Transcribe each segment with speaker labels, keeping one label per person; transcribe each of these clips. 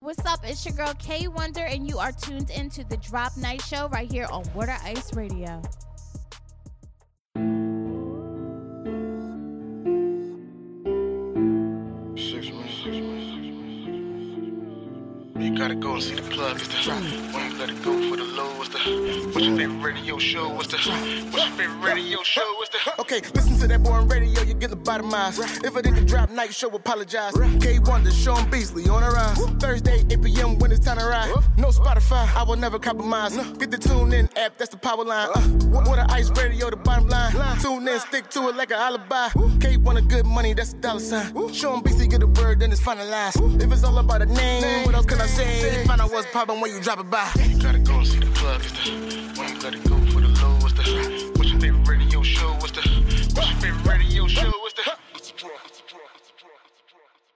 Speaker 1: What's up? It's your girl K Wonder, and you are tuned into the Drop Night Show right here on Water Ice Radio.
Speaker 2: Six man, six man. You gotta go and see the plug. It's the when you gotta go for the low. It's the what's your favorite radio show? What's the what's your favorite radio show? What's the
Speaker 3: Okay, listen to that boy on radio, you get lobotomized. If I didn't drop night show, apologize. K1 to Sean Beasley on a rise. Thursday, 8 p.m. when it's time to ride. No Spotify, I will never compromise. Get the tune in app, that's the power line. Uh, water ice radio, the bottom line. Tune in, stick to it like an alibi. K1 a good money, that's a dollar sign. Sean Beasley get a word, then it's finalized. If it's all about a name, what else can I say? Find out what's poppin' when you drop it by.
Speaker 2: you gotta go and see the plug. It's the when you gotta go for the low. It's the what's your favorite radio show? What's the what's your favorite radio show? What's the what's the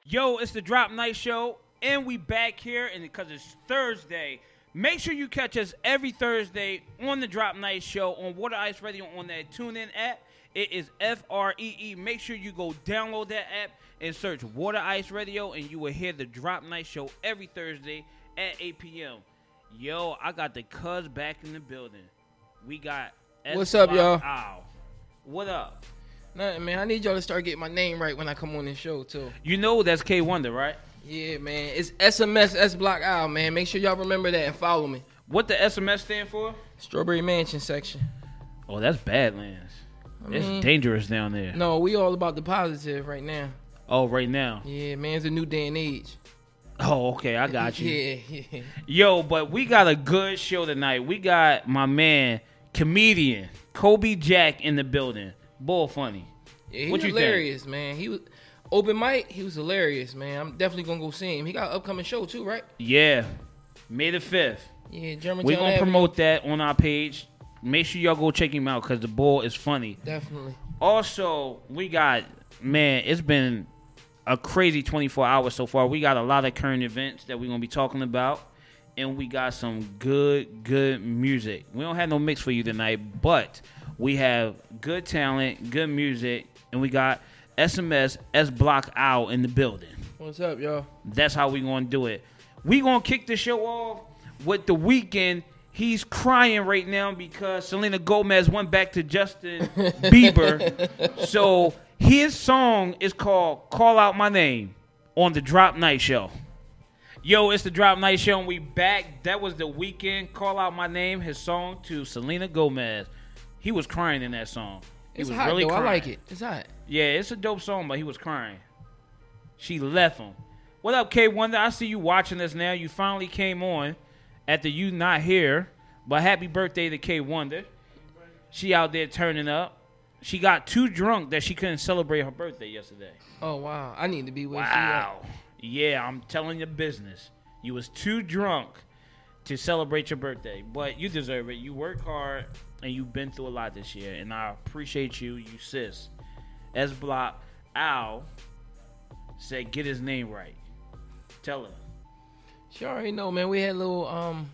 Speaker 4: Yo, it's the Drop Night Show, and we back here, and because it's Thursday, make sure you catch us every Thursday on the Drop Night Show on Water Ice Radio on that TuneIn app. It is F R E E. Make sure you go download that app and search Water Ice Radio, and you will hear the Drop Night Show every Thursday at 8 p.m. Yo, I got the cuz back in the building. We got
Speaker 5: What's up, y'all?
Speaker 4: SYO. What up?
Speaker 5: Nothing, man. I need y'all to start getting my name right when I come on this show too.
Speaker 4: You know that's K Wonder, right?
Speaker 5: Yeah, man. It's SMS S Block Owl, man. Make sure y'all remember that and follow me.
Speaker 4: What the SMS stand for?
Speaker 5: Strawberry Mansion section.
Speaker 4: Oh, that's Badlands.
Speaker 5: mean-
Speaker 4: it's dangerous down there.
Speaker 5: No, we all about the positive right now.
Speaker 4: Oh, right now.
Speaker 5: Yeah, man. It's a new day and age.
Speaker 4: Oh, okay, I got you.
Speaker 5: Yeah, yeah.
Speaker 4: Yo, but we got a good show tonight. We got my man, comedian Kobe Jack in the building. Bull funny.
Speaker 5: yeah he
Speaker 4: What
Speaker 5: was
Speaker 4: you think?
Speaker 5: hilarious, man. He was open mic. He was hilarious, man. I'm definitely gonna go see him. He got an upcoming show too, right?
Speaker 4: Yeah, May the fifth.
Speaker 5: Yeah, Germantown.
Speaker 4: We're gonna
Speaker 5: Avenue.
Speaker 4: promote that on our page. Make sure y'all go check him out because the bull is funny.
Speaker 5: Definitely.
Speaker 4: Also, we got man, it's been a crazy 24 hours so far. We got a lot of current events that we're gonna be talking about, and we got some good, good music. We don't have no mix for you tonight, but we have good talent, good music, and we got SMS S Block Owl in the building.
Speaker 5: What's up, y'all?
Speaker 4: That's how we gonna do it. We gonna kick the show off with the weekend. He's crying right now because Selena Gomez went back to Justin Bieber. so his song is called "Call Out My Name" on the Drop Night Show. Yo, it's the Drop Night Show, and we back. That was the weekend. Call out my name. His song to Selena Gomez. He was crying in that song. He
Speaker 5: It's
Speaker 4: was
Speaker 5: hot
Speaker 4: really
Speaker 5: though.
Speaker 4: crying.
Speaker 5: I like it. It's hot.
Speaker 4: Yeah, it's a dope song, but he was crying. She left him. What up, K Wonder? I see you watching us now. You finally came on after you not here. But happy birthday to K Wonder. She out there turning up. She got too drunk that she couldn't celebrate her birthday yesterday.
Speaker 5: Oh wow, I need to be with you.
Speaker 4: Wow. Yeah, I'm telling your business. You was too drunk to celebrate your birthday, but you deserve it. You work hard and you've been through a lot this year, and I appreciate you, you sis. S Block Al said, "Get his name right." Tell her.
Speaker 5: She already know, man. We had a little um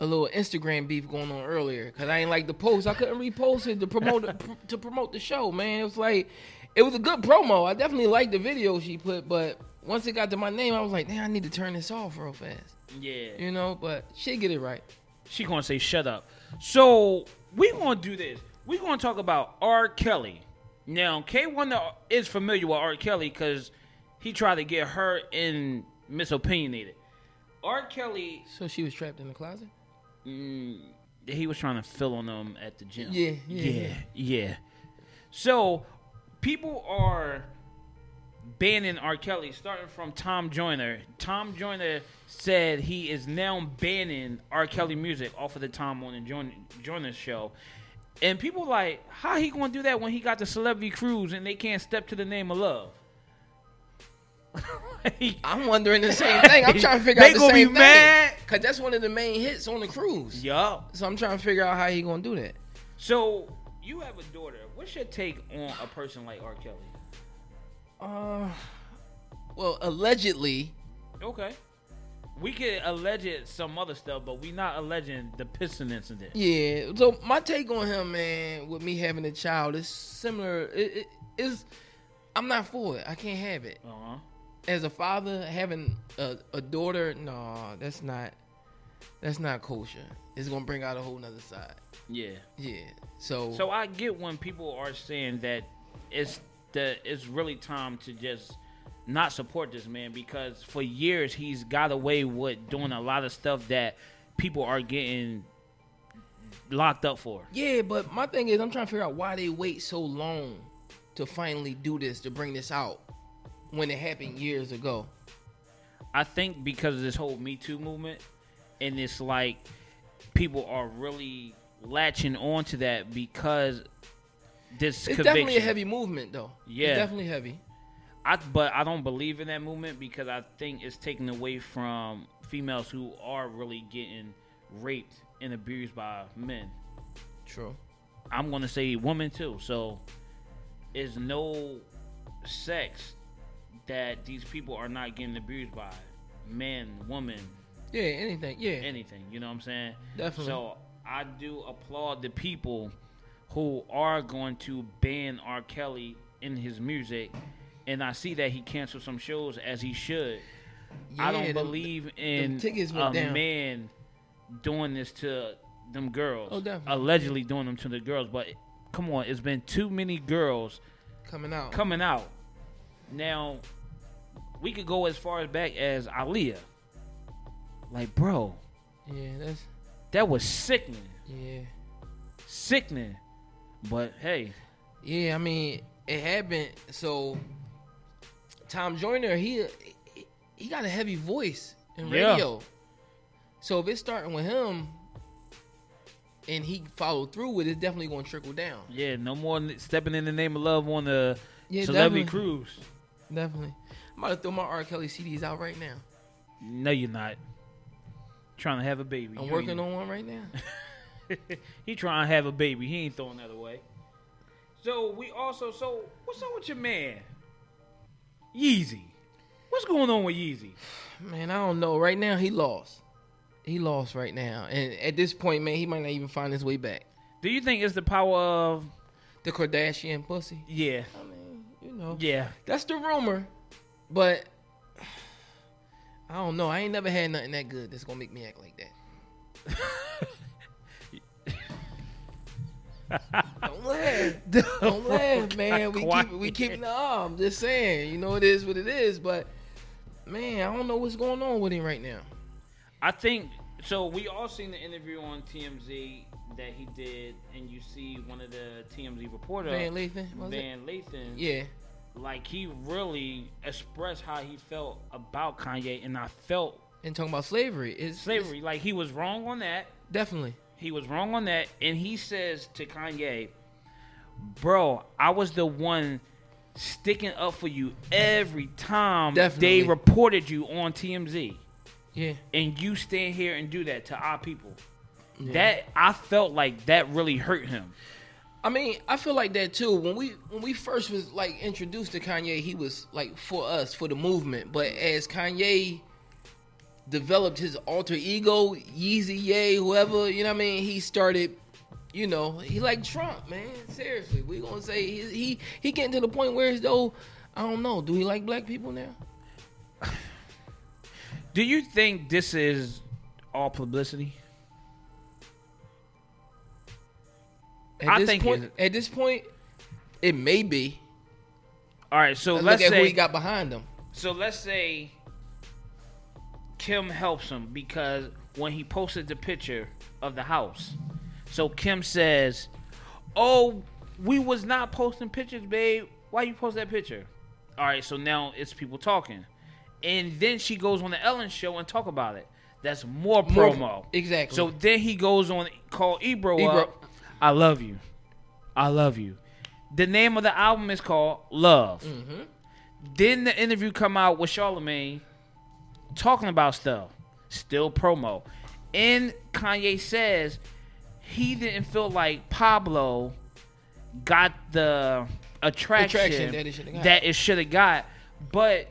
Speaker 5: a little Instagram beef going on earlier because I ain't like the post. I couldn't repost it to promote pr- to promote the show, man. It was like it was a good promo. I definitely liked the video she put, but once it got to my name, I was like, damn, I need to turn this off real fast,
Speaker 4: Yeah.
Speaker 5: you know. But she get it right.
Speaker 4: She gonna say shut up. So we gonna do this. We gonna talk about R. Kelly. Now K Wonder is familiar with R. Kelly because he tried to get her in misopinionated. R. Kelly,
Speaker 5: So she was trapped in the closet.
Speaker 4: mm, he was trying to fill on them at the gym.
Speaker 5: Yeah, yeah,
Speaker 4: yeah, yeah. So people are banning R. Kelly, starting from Tom Joyner. Tom Joyner said he is now banning R. Kelly music off of the Tom on the Joyner, Joyner show. And people like, how he gonna do that when he got the celebrity cruise and they can't step to the name of love? Like,
Speaker 5: I'm wondering the same thing. I'm trying to figure
Speaker 4: They
Speaker 5: out the
Speaker 4: gonna be
Speaker 5: same thing.
Speaker 4: mad.
Speaker 5: Cause that's one of the main hits on the cruise.
Speaker 4: yup.
Speaker 5: So I'm trying to figure out how he gonna do that.
Speaker 4: So you have a daughter. What's your take on a person like R. Kelly?
Speaker 5: Uh, well, allegedly,
Speaker 4: Okay. We could allege it some other stuff, but we not alleging the piston incident.
Speaker 5: yeah. So my take on him, man, with me having a child is similar. It is. I'm not for it. I can't have it.
Speaker 4: Uh huh.
Speaker 5: as a father having a, a daughter, no, that's not that's not kosher. It's gonna bring out a whole nother side.
Speaker 4: Yeah.
Speaker 5: Yeah. So,
Speaker 4: So I get when people are saying that it's the it's really time to just not support this man because for years he's got away with doing a lot of stuff that people are getting locked up for.
Speaker 5: yeah, but my thing is I'm trying to figure out why they wait so long to finally do this, to bring this out when it happened years ago.
Speaker 4: I think because of this whole Me Too movement, and it's like people are really latching onto that because this
Speaker 5: It's
Speaker 4: conviction.
Speaker 5: definitely a heavy movement though.
Speaker 4: Yeah.
Speaker 5: It's definitely heavy.
Speaker 4: I, but I don't believe in that movement because I think it's taken away from females who are really getting raped and abused by men.
Speaker 5: True.
Speaker 4: I'm gonna say women too. So it's no sex that these people are not getting abused by. Men, woman,
Speaker 5: Yeah, anything. Yeah.
Speaker 4: anything. You know what I'm saying?
Speaker 5: Definitely.
Speaker 4: So I do applaud the people who are going to ban R. Kelly in his music, and I see that he canceled some shows as he should. I
Speaker 5: Yeah,
Speaker 4: don't
Speaker 5: them-
Speaker 4: believe in
Speaker 5: tickets
Speaker 4: a
Speaker 5: went down.
Speaker 4: man doing this to them girls.
Speaker 5: Oh, definitely.
Speaker 4: Allegedly doing them to the girls, but come on, it's been too many girls
Speaker 5: coming out.
Speaker 4: coming out. Now, we could go as far back as Aaliyah. Like, bro,
Speaker 5: yeah, that's
Speaker 4: that was sickening,
Speaker 5: yeah.
Speaker 4: sickening. But hey,
Speaker 5: Yeah, I mean, it happened. So Tom Joyner, he he got a heavy voice in
Speaker 4: Yeah.
Speaker 5: radio. So if it's starting with him and he followed through with it, it's definitely going to trickle down.
Speaker 4: yeah, no more n- stepping in the name of love on the
Speaker 5: Yeah,
Speaker 4: celebrity
Speaker 5: definitely.
Speaker 4: cruise.
Speaker 5: Definitely. I'm about to throw my R. Kelly CDs out right now.
Speaker 4: No, you're not. Trying to have a baby.
Speaker 5: I'm
Speaker 4: You
Speaker 5: working
Speaker 4: ain't-
Speaker 5: on one right now.
Speaker 4: he trying to have a baby. He ain't throwing that away. So we also so what's up with your man, Yeezy? What's going on with Yeezy?
Speaker 5: Man, I don't know. Right now, he lost. He lost right now. And at this point, man, he might not even find his way back.
Speaker 4: Do you think it's the power of
Speaker 5: The Kardashian pussy.
Speaker 4: yeah,
Speaker 5: I mean, you know.
Speaker 4: yeah?
Speaker 5: That's the rumor, but I don't know. I ain't never had nothing that good that's gonna make me act like that. don't laugh, don't laugh, man. We keep we keep no. I'm just saying, you know it is what it is, but man, I don't know what's going on with him right now.
Speaker 4: I think so. We all seen the interview on TMZ that he did, and you see one of the TMZ reporter
Speaker 5: Van Lathan, was it?
Speaker 4: Van Lathan,
Speaker 5: Yeah,
Speaker 4: like he really expressed how he felt about Kanye, and I felt
Speaker 5: and talking about slavery is
Speaker 4: slavery. Like he was wrong on that.
Speaker 5: definitely.
Speaker 4: He was wrong on that, and he says to Kanye, "Bro, I was the one." Sticking up for you every time
Speaker 5: Definitely.
Speaker 4: they reported you on TMZ.
Speaker 5: Yeah,
Speaker 4: and you stand here and do that to our people. That I felt like that really hurt him.
Speaker 5: I mean, I feel like that too. When we when we first was like introduced to Kanye, he was like for us for the movement. But as Kanye developed his alter ego, Yeezy, Ye, whoever, you know what I mean, he started. You know, he like Trump, man. Seriously, we gonna say he he, he getting to the point where it's though. I don't know. Do he like black people now?
Speaker 4: Do you think this is all publicity?
Speaker 5: At
Speaker 4: I
Speaker 5: this
Speaker 4: think
Speaker 5: point, at this point, it may be.
Speaker 4: All right, so
Speaker 5: Look
Speaker 4: let's
Speaker 5: at who
Speaker 4: say
Speaker 5: he got behind him.
Speaker 4: so let's say Kim helps him because when he posted the picture of the house, so Kim says, "Oh, we was not posting pictures, babe. Why you post that picture?" All right, so now it's people talking, and then she goes on the Ellen show and talk about it. That's more
Speaker 5: More-
Speaker 4: promo,
Speaker 5: exactly.
Speaker 4: So then he goes on call Ebro,
Speaker 5: Ebro.
Speaker 4: up. I love you, I love you. The name of the album is called Love. Then the interview come out with Charlemagne talking about stuff. Still promo. And Kanye says he didn't feel like Pablo got the attraction,
Speaker 5: Attraction that it shoulda got.
Speaker 4: that it should have got. But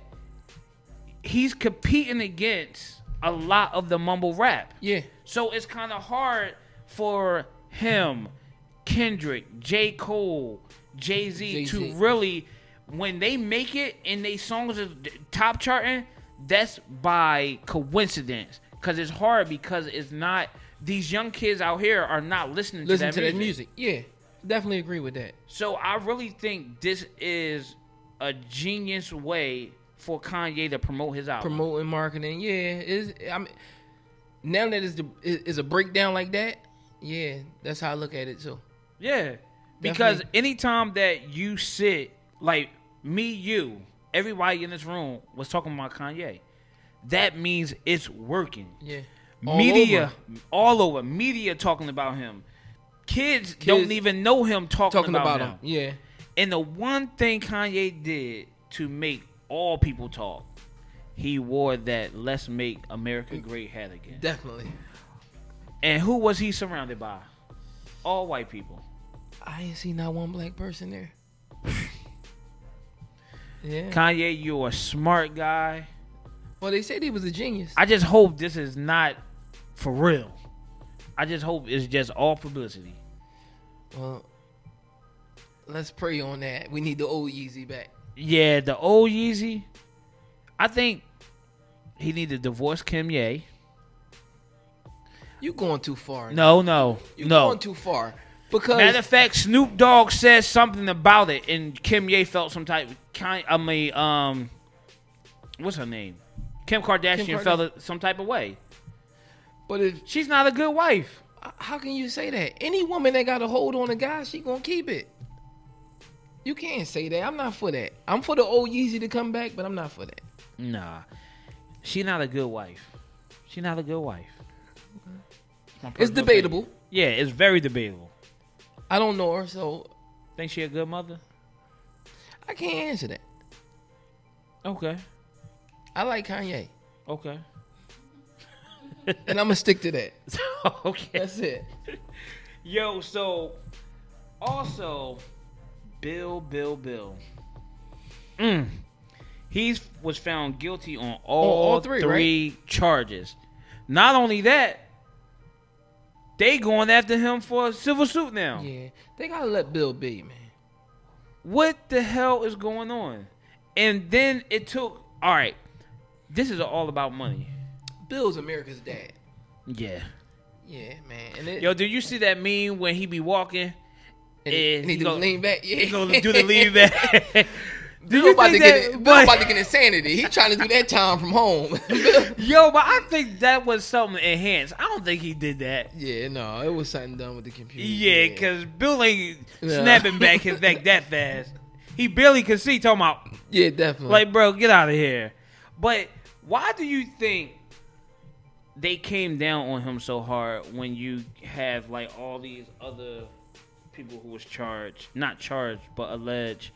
Speaker 4: he's competing against a lot of the mumble rap.
Speaker 5: Yeah,
Speaker 4: So it's kind of hard for him, Kendrick, J. Cole, Jay Z
Speaker 5: Jay-Z.
Speaker 4: to really when they make it and they songs is top charting, that's by coincidence. Cause it's hard because it's not these young kids out here are not listening
Speaker 5: Listen
Speaker 4: to, that,
Speaker 5: to
Speaker 4: music.
Speaker 5: that music. Yeah, definitely agree with that.
Speaker 4: So I really think this is a genius way for Kanye to promote his album.
Speaker 5: Promoting marketing. Yeah, is I mean, now that is the is is a breakdown like that. Yeah, that's how I look at it too.
Speaker 4: Yeah. Because
Speaker 5: Definitely.
Speaker 4: anytime that you sit, like me, you, everybody in this room was talking about Kanye. That means it's working.
Speaker 5: Yeah,
Speaker 4: Media, all over. Media talking about him. Kids, don't even know him talking,
Speaker 5: talking
Speaker 4: about,
Speaker 5: about
Speaker 4: him.
Speaker 5: them. Yeah,
Speaker 4: And the one thing Kanye did to make all people talk, he wore that "Let's Make America Great" hat again.
Speaker 5: definitely.
Speaker 4: And who was he surrounded by? All white people.
Speaker 5: I ain't seen not one black person there. yeah.
Speaker 4: Kanye, you're a smart guy.
Speaker 5: well, they said he was a genius.
Speaker 4: I just hope this is not for real. I just hope it's just all publicity.
Speaker 5: well, let's pray on that. We need the old Yeezy back.
Speaker 4: Yeah, the old Yeezy. I think he need to divorce Kim Ye.
Speaker 5: You going too far.
Speaker 4: No, no,
Speaker 5: you
Speaker 4: no.
Speaker 5: going too far because
Speaker 4: Matter of fact, Snoop Dogg said something about it, and Kim Ye felt some type. Of kind, I mean, um, what's her name? Kim Kardashian
Speaker 5: Kim Karda-
Speaker 4: felt a- some type of way.
Speaker 5: but if
Speaker 4: She's not a good wife.
Speaker 5: how can you say that? Any woman that got a hold on a guy, she gonna keep it. You can't say that. I'm not for that. I'm for the old Yeezy to come back, but I'm not for that.
Speaker 4: Nah, she not a good wife. She not a good wife. My
Speaker 5: It's
Speaker 4: personal
Speaker 5: debatable.
Speaker 4: opinion. Yeah, it's very debatable.
Speaker 5: I don't know her, so
Speaker 4: Think she a good mother?
Speaker 5: I can't answer that.
Speaker 4: Okay,
Speaker 5: I like Kanye,
Speaker 4: okay,
Speaker 5: and I'm gonna stick to that.
Speaker 4: okay.
Speaker 5: That's it.
Speaker 4: Yo, so also Bill, Bill, Bill. Mm. He was found guilty on all,
Speaker 5: all
Speaker 4: three,
Speaker 5: three,
Speaker 4: charges. Not only that, they going after him for a civil suit now.
Speaker 5: Yeah, they gotta let Bill be, man.
Speaker 4: What the hell is going on? And then it took. All right, this is all about money.
Speaker 5: Bill's America's dad.
Speaker 4: Yeah.
Speaker 5: Yeah, man. And it,
Speaker 4: Yo, do you see that meme when he be walking?
Speaker 5: and he,
Speaker 4: eh,
Speaker 5: and he
Speaker 4: he
Speaker 5: do the
Speaker 4: go-
Speaker 5: lean back. Yeah,
Speaker 4: He gonna do the lead back. Do
Speaker 5: Bill
Speaker 4: you
Speaker 5: about to
Speaker 4: think
Speaker 5: get
Speaker 4: that-
Speaker 5: it, Bill
Speaker 4: but-
Speaker 5: about to get insanity. He trying to do that time from home.
Speaker 4: Yo, but I think that was something enhanced. I don't think he did that.
Speaker 5: yeah, no, it was something done with the computer.
Speaker 4: Yeah, because Bill ain't
Speaker 5: Yeah.
Speaker 4: snapping back his neck that fast. He barely could see, talking about,
Speaker 5: yeah, definitely.
Speaker 4: like, bro, get out of here. But why do you think they came down on him so hard when you have, like, all these other people who was charged, not charged, but alleged,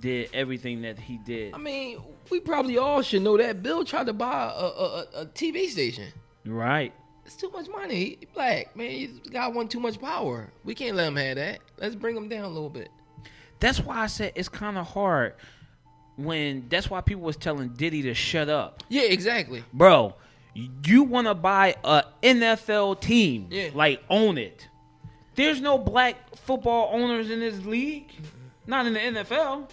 Speaker 4: did everything that he did?
Speaker 5: I mean, we probably all should know that Bill tried to buy a, a, a, a TV station.
Speaker 4: Right.
Speaker 5: It's too much money. He black man, he's got one too much power. We can't let him have that. Let's bring him down a little bit.
Speaker 4: That's why I said it's kind of hard when that's why people was telling Diddy to shut up.
Speaker 5: Yeah, exactly.
Speaker 4: Bro, you want to buy a NFL team,
Speaker 5: Yeah.
Speaker 4: like own it. There's no black football owners in this league. Not in the NFL.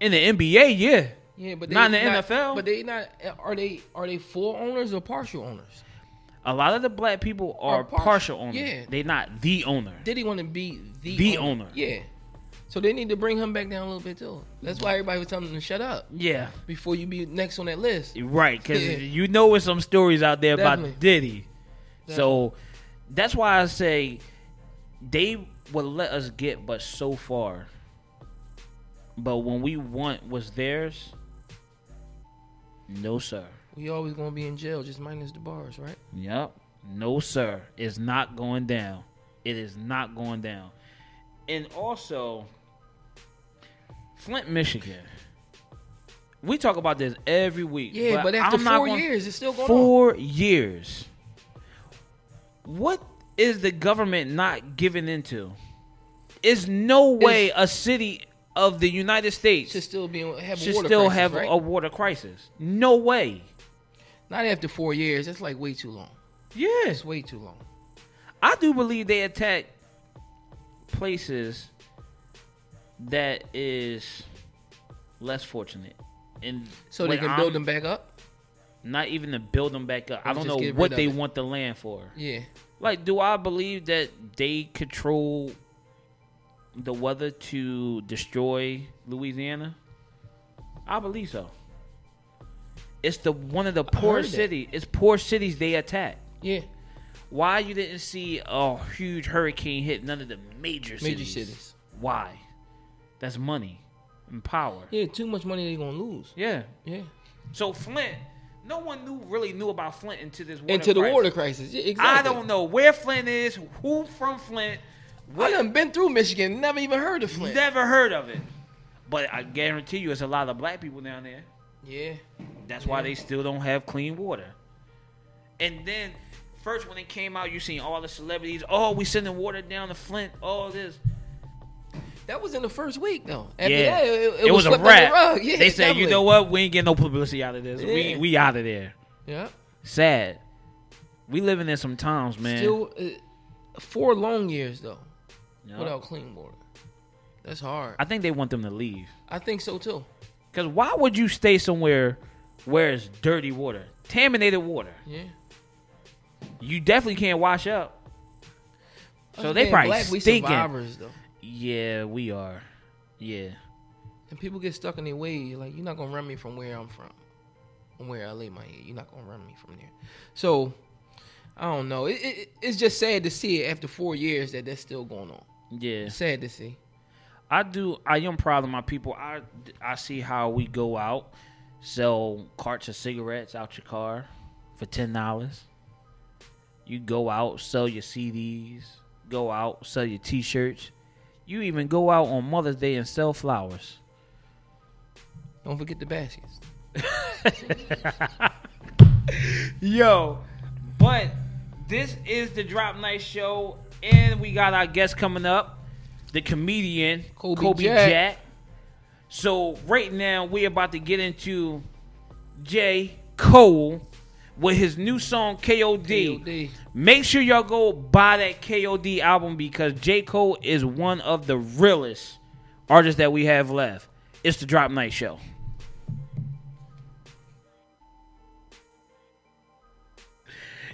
Speaker 4: In the NBA, yeah.
Speaker 5: Yeah, but they
Speaker 4: Not in the NFL.
Speaker 5: But they not are they are they full owners or partial owners?
Speaker 4: A lot of the black people are,
Speaker 5: Are
Speaker 4: partial,
Speaker 5: partial,
Speaker 4: owners.
Speaker 5: yeah.
Speaker 4: They not the owner.
Speaker 5: Did he want to be the
Speaker 4: The owner.
Speaker 5: Yeah. So they need to bring him back down a little bit too. That's why everybody was telling him to shut up
Speaker 4: Yeah.
Speaker 5: before you be next on that list.
Speaker 4: Right, because
Speaker 5: Yeah.
Speaker 4: you know there's some stories out there about
Speaker 5: Definitely.
Speaker 4: Diddy. So that's why I say they would let us get but so far. But when we want was theirs, no sir.
Speaker 5: We always gonna be in jail, just minus the bars, right?
Speaker 4: Yep. No sir. It's not going down. It is not going down. And also, Flint, Michigan. We talk about this every week.
Speaker 5: Yeah, but, after
Speaker 4: I'm not
Speaker 5: 4
Speaker 4: gonna-
Speaker 5: years, it's still going on.
Speaker 4: four years. What is the government not giving into? It's no way a city of the United States
Speaker 5: Should still be have a
Speaker 4: should
Speaker 5: water
Speaker 4: still
Speaker 5: crisis,
Speaker 4: have
Speaker 5: right?
Speaker 4: a water crisis. No way.
Speaker 5: not after four years. That's like way too long.
Speaker 4: Yes,
Speaker 5: It's way too long.
Speaker 4: I do believe they attack places that is less fortunate. And
Speaker 5: So they
Speaker 4: when
Speaker 5: can build
Speaker 4: I'm-
Speaker 5: them back up.
Speaker 4: Not even to build them back up. I
Speaker 5: Or
Speaker 4: don't
Speaker 5: just
Speaker 4: know
Speaker 5: get
Speaker 4: what
Speaker 5: rid of
Speaker 4: they
Speaker 5: it.
Speaker 4: want the land for.
Speaker 5: Yeah.
Speaker 4: Like, do I believe that they control the weather to destroy Louisiana? I believe so. It's the one of the poor
Speaker 5: heard that.
Speaker 4: city. It's poor cities they attack.
Speaker 5: Yeah.
Speaker 4: Why you didn't see a huge hurricane hit none of the major cities?
Speaker 5: Major cities.
Speaker 4: Why? That's money and power.
Speaker 5: Yeah. Too much money they gonna lose.
Speaker 4: Yeah.
Speaker 5: Yeah.
Speaker 4: So Flint, no one knew really knew about Flint until this water
Speaker 5: Into the
Speaker 4: crisis.
Speaker 5: water crisis. Yeah, exactly.
Speaker 4: I don't know where Flint is, who from Flint,
Speaker 5: I
Speaker 4: what,
Speaker 5: done been through Michigan, never even heard of Flint.
Speaker 4: never heard of it. But I guarantee you, it's a lot of black people down there.
Speaker 5: yeah.
Speaker 4: That's why they still don't have clean water. And then, first when it came out, you seen all the celebrities. Oh, we sending water down to Flint. All this.
Speaker 5: That was in the first week though. After
Speaker 4: yeah,
Speaker 5: that, it, it
Speaker 4: was, a
Speaker 5: swept under
Speaker 4: wrap.
Speaker 5: the rug. Yeah,
Speaker 4: they said, you
Speaker 5: definitely.
Speaker 4: know what? We ain't getting no publicity out of this. We
Speaker 5: Yeah.
Speaker 4: we out of there.
Speaker 5: Yeah.
Speaker 4: Sad. We living in some times, man.
Speaker 5: Still uh, four long years though
Speaker 4: Yup.
Speaker 5: without clean water. That's hard.
Speaker 4: I think they want them to leave.
Speaker 5: I think so too.
Speaker 4: Because why would you stay somewhere where it's dirty water, contaminated water?
Speaker 5: Yeah.
Speaker 4: You definitely can't wash up. So they
Speaker 5: Man,
Speaker 4: probably
Speaker 5: black, we
Speaker 4: stinking.
Speaker 5: survivors though.
Speaker 4: Yeah, we are. Yeah.
Speaker 5: And people get stuck in their ways. Like, you're not gonna run me from where I'm from, from where I lay my head. You're not gonna run me from there. So, I don't know. It, it, it's just sad to see it after four years that that's still going on.
Speaker 4: Yeah.
Speaker 5: Sad to see.
Speaker 4: I do. I am proud of my people. I I see how we go out, sell carts of cigarettes out your car for ten dollars. You go out, sell your CDs. Go out, sell your T-shirts. You even go out on Mother's Day and sell flowers.
Speaker 5: Don't forget the baskets.
Speaker 4: Yo, but this is the Drop Night Show, and we got our guest coming up, the comedian Kobe,
Speaker 5: Kobe
Speaker 4: Jack.
Speaker 5: Jack.
Speaker 4: So right now we're about to get into J. Cole with his new song KOD.
Speaker 5: KOD.
Speaker 4: Make sure y'all go buy that KOD album because J. Cole is one of the realest artists that we have left. It's the Drop Night Show.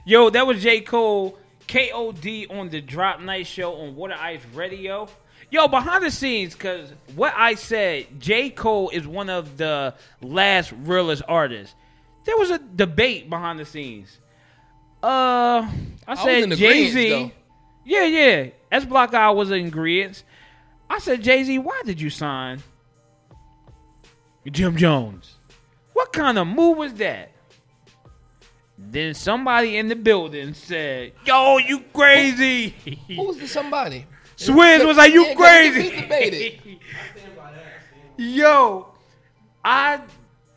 Speaker 4: Yo, that was J. Cole, KOD on the Drop Night Show on Water Ice Radio. Yo, behind the scenes, because what I said, J. Cole is one of the last realest artists. There was a debate behind the scenes. Uh, I
Speaker 5: in
Speaker 4: said
Speaker 5: the
Speaker 4: Jay
Speaker 5: greens,
Speaker 4: Z.
Speaker 5: though.
Speaker 4: Yeah, yeah. S Block I was in Greens. I said, Jay Z, why did you sign Jim Jones? What kind of move was that? Then somebody in the building said, "Yo, you crazy."
Speaker 5: Who was the somebody?
Speaker 4: Swizz was like, "You
Speaker 5: Yeah, 'cause it was
Speaker 4: crazy."
Speaker 5: debated.
Speaker 4: Yo, I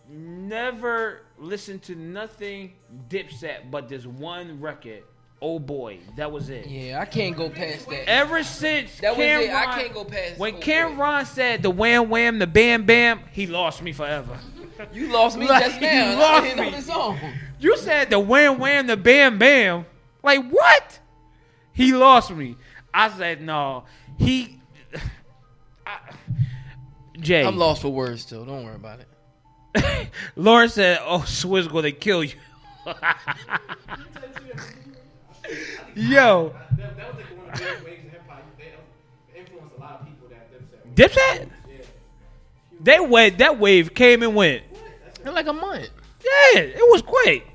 Speaker 4: never listened to nothing Dipset but this one record. Oh boy, that was it.
Speaker 5: Yeah, I can't go past that.
Speaker 4: Ever since
Speaker 5: That was
Speaker 4: Cam
Speaker 5: it. I
Speaker 4: Ron-
Speaker 5: can't go past
Speaker 4: when
Speaker 5: Oh
Speaker 4: Cam
Speaker 5: Boy.
Speaker 4: Ron said the wham wham, the bam bam, he lost me forever.
Speaker 5: You lost me
Speaker 4: Like,
Speaker 5: just
Speaker 4: you
Speaker 5: now.
Speaker 4: lost
Speaker 5: I didn't know
Speaker 4: me.
Speaker 5: this song.
Speaker 4: You said the wham wham, the bam bam. Like what? He lost me. I said no. He, I, Jay.
Speaker 5: I'm lost for words too. Don't worry about it.
Speaker 4: Lauren said, "Oh, Swizz gonna kill you." Yo,
Speaker 6: That, that was like one of the big waves in hip hop. They they influenced a lot of people that themselves.
Speaker 4: Dipset. They went. That wave came and went.
Speaker 5: In like a month.
Speaker 4: Yeah, it was quick.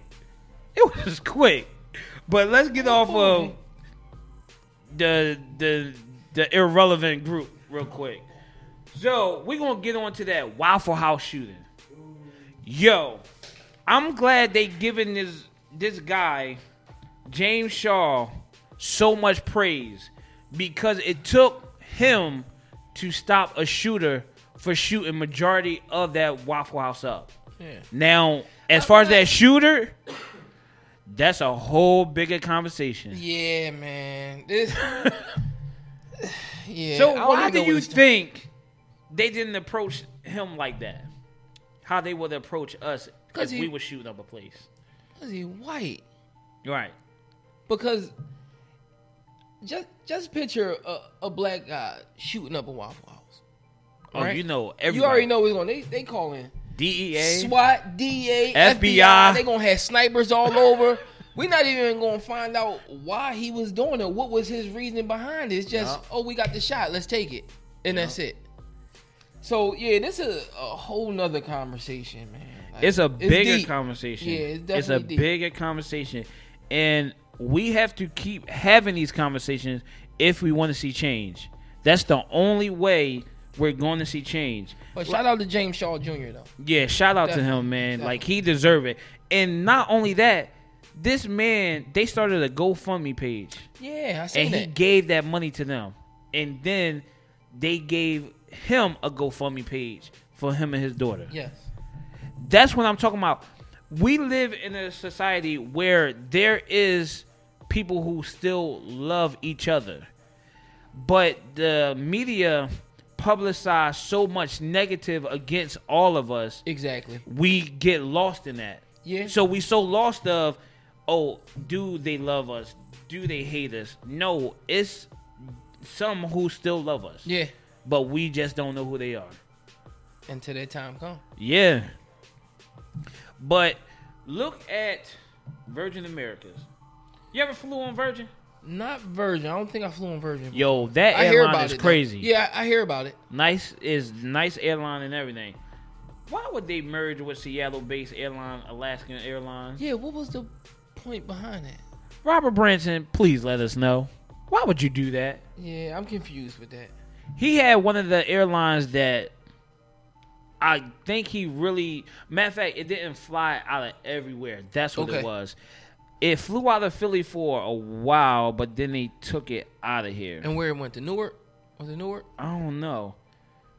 Speaker 4: It was quick. But let's get off of the the the irrelevant group real quick. So we're gonna get on to that Waffle House shooting. Yo, I'm glad they giving this this guy James Shaw so much praise because it took him to stop a shooter for shooting majority of that Waffle House up.
Speaker 5: Yeah.
Speaker 4: Now, as far as that shooter, that's a whole bigger conversation.
Speaker 5: Yeah, man. This. yeah. I
Speaker 4: so
Speaker 5: don't
Speaker 4: why
Speaker 5: even
Speaker 4: do
Speaker 5: know where
Speaker 4: you
Speaker 5: this-
Speaker 4: think they didn't approach him like that? How they would approach us if
Speaker 5: 'Cause he-
Speaker 4: we were shooting up a place.
Speaker 5: Cause he white.
Speaker 4: Right.
Speaker 5: Because just just picture a, a black guy shooting up a Waffle House.
Speaker 4: Oh,
Speaker 5: right?
Speaker 4: you know everybody. E
Speaker 5: You already know we're going. They they call in
Speaker 4: DEA.
Speaker 5: SWAT, DA, FBI.
Speaker 4: FBI.
Speaker 5: They gonna have snipers all over. We're not even gonna find out why he was doing it. What was his reasoning behind it? It's just, oh, we got the shot. Let's take it, and that's it. So yeah, this is a whole nother conversation, man. Like,
Speaker 4: It's a bigger
Speaker 5: deep.
Speaker 4: conversation.
Speaker 5: Yeah, it's
Speaker 4: a
Speaker 5: definitely deep.
Speaker 4: bigger conversation, and we have to keep having these conversations if we want to see change. That's the only way we're going to see change.
Speaker 5: But shout out to James Shaw Jr. though.
Speaker 4: Yeah, shout out to
Speaker 5: Definitely,
Speaker 4: him, man.
Speaker 5: definitely.
Speaker 4: Like he deserved it. And not only that, this man they started a GoFundMe page,
Speaker 5: Yeah, I
Speaker 4: and
Speaker 5: seen
Speaker 4: he
Speaker 5: that.
Speaker 4: gave that money to them, and then they gave him a GoFundMe page for him and his daughter.
Speaker 5: yes,
Speaker 4: That's what I'm talking about. We live in a society where there is people who still love each other. But the media publicized so much negative against all of us,
Speaker 5: exactly.
Speaker 4: we get lost in that.
Speaker 5: Yeah.
Speaker 4: So we so lost of oh, do they love us? Do they hate us? No, it's some who still love us.
Speaker 5: Yeah,
Speaker 4: But we just don't know who they are.
Speaker 5: until that time come.
Speaker 4: Yeah. But look at Virgin Americas. You ever flew on Virgin?
Speaker 5: Not Virgin. I don't think I flew on Virgin.
Speaker 4: Yo, that
Speaker 5: I hear
Speaker 4: airline
Speaker 5: about
Speaker 4: is
Speaker 5: it. though.
Speaker 4: crazy.
Speaker 5: Yeah, I hear about it.
Speaker 4: Nice is nice airline and everything. Why would they merge with Seattle based airline, Alaskan Airlines?
Speaker 5: Yeah, what was the point behind that?
Speaker 4: Robert Branson, please let us know. Why would you do that?
Speaker 5: Yeah, I'm confused with that.
Speaker 4: He had one of the airlines that I think he really. Matter of fact, it didn't fly out of everywhere. That's what
Speaker 5: Okay.
Speaker 4: it was. It flew out of Philly for a while, but then they took it out of here.
Speaker 5: And where it went to Newark? Was it Newark?
Speaker 4: I don't know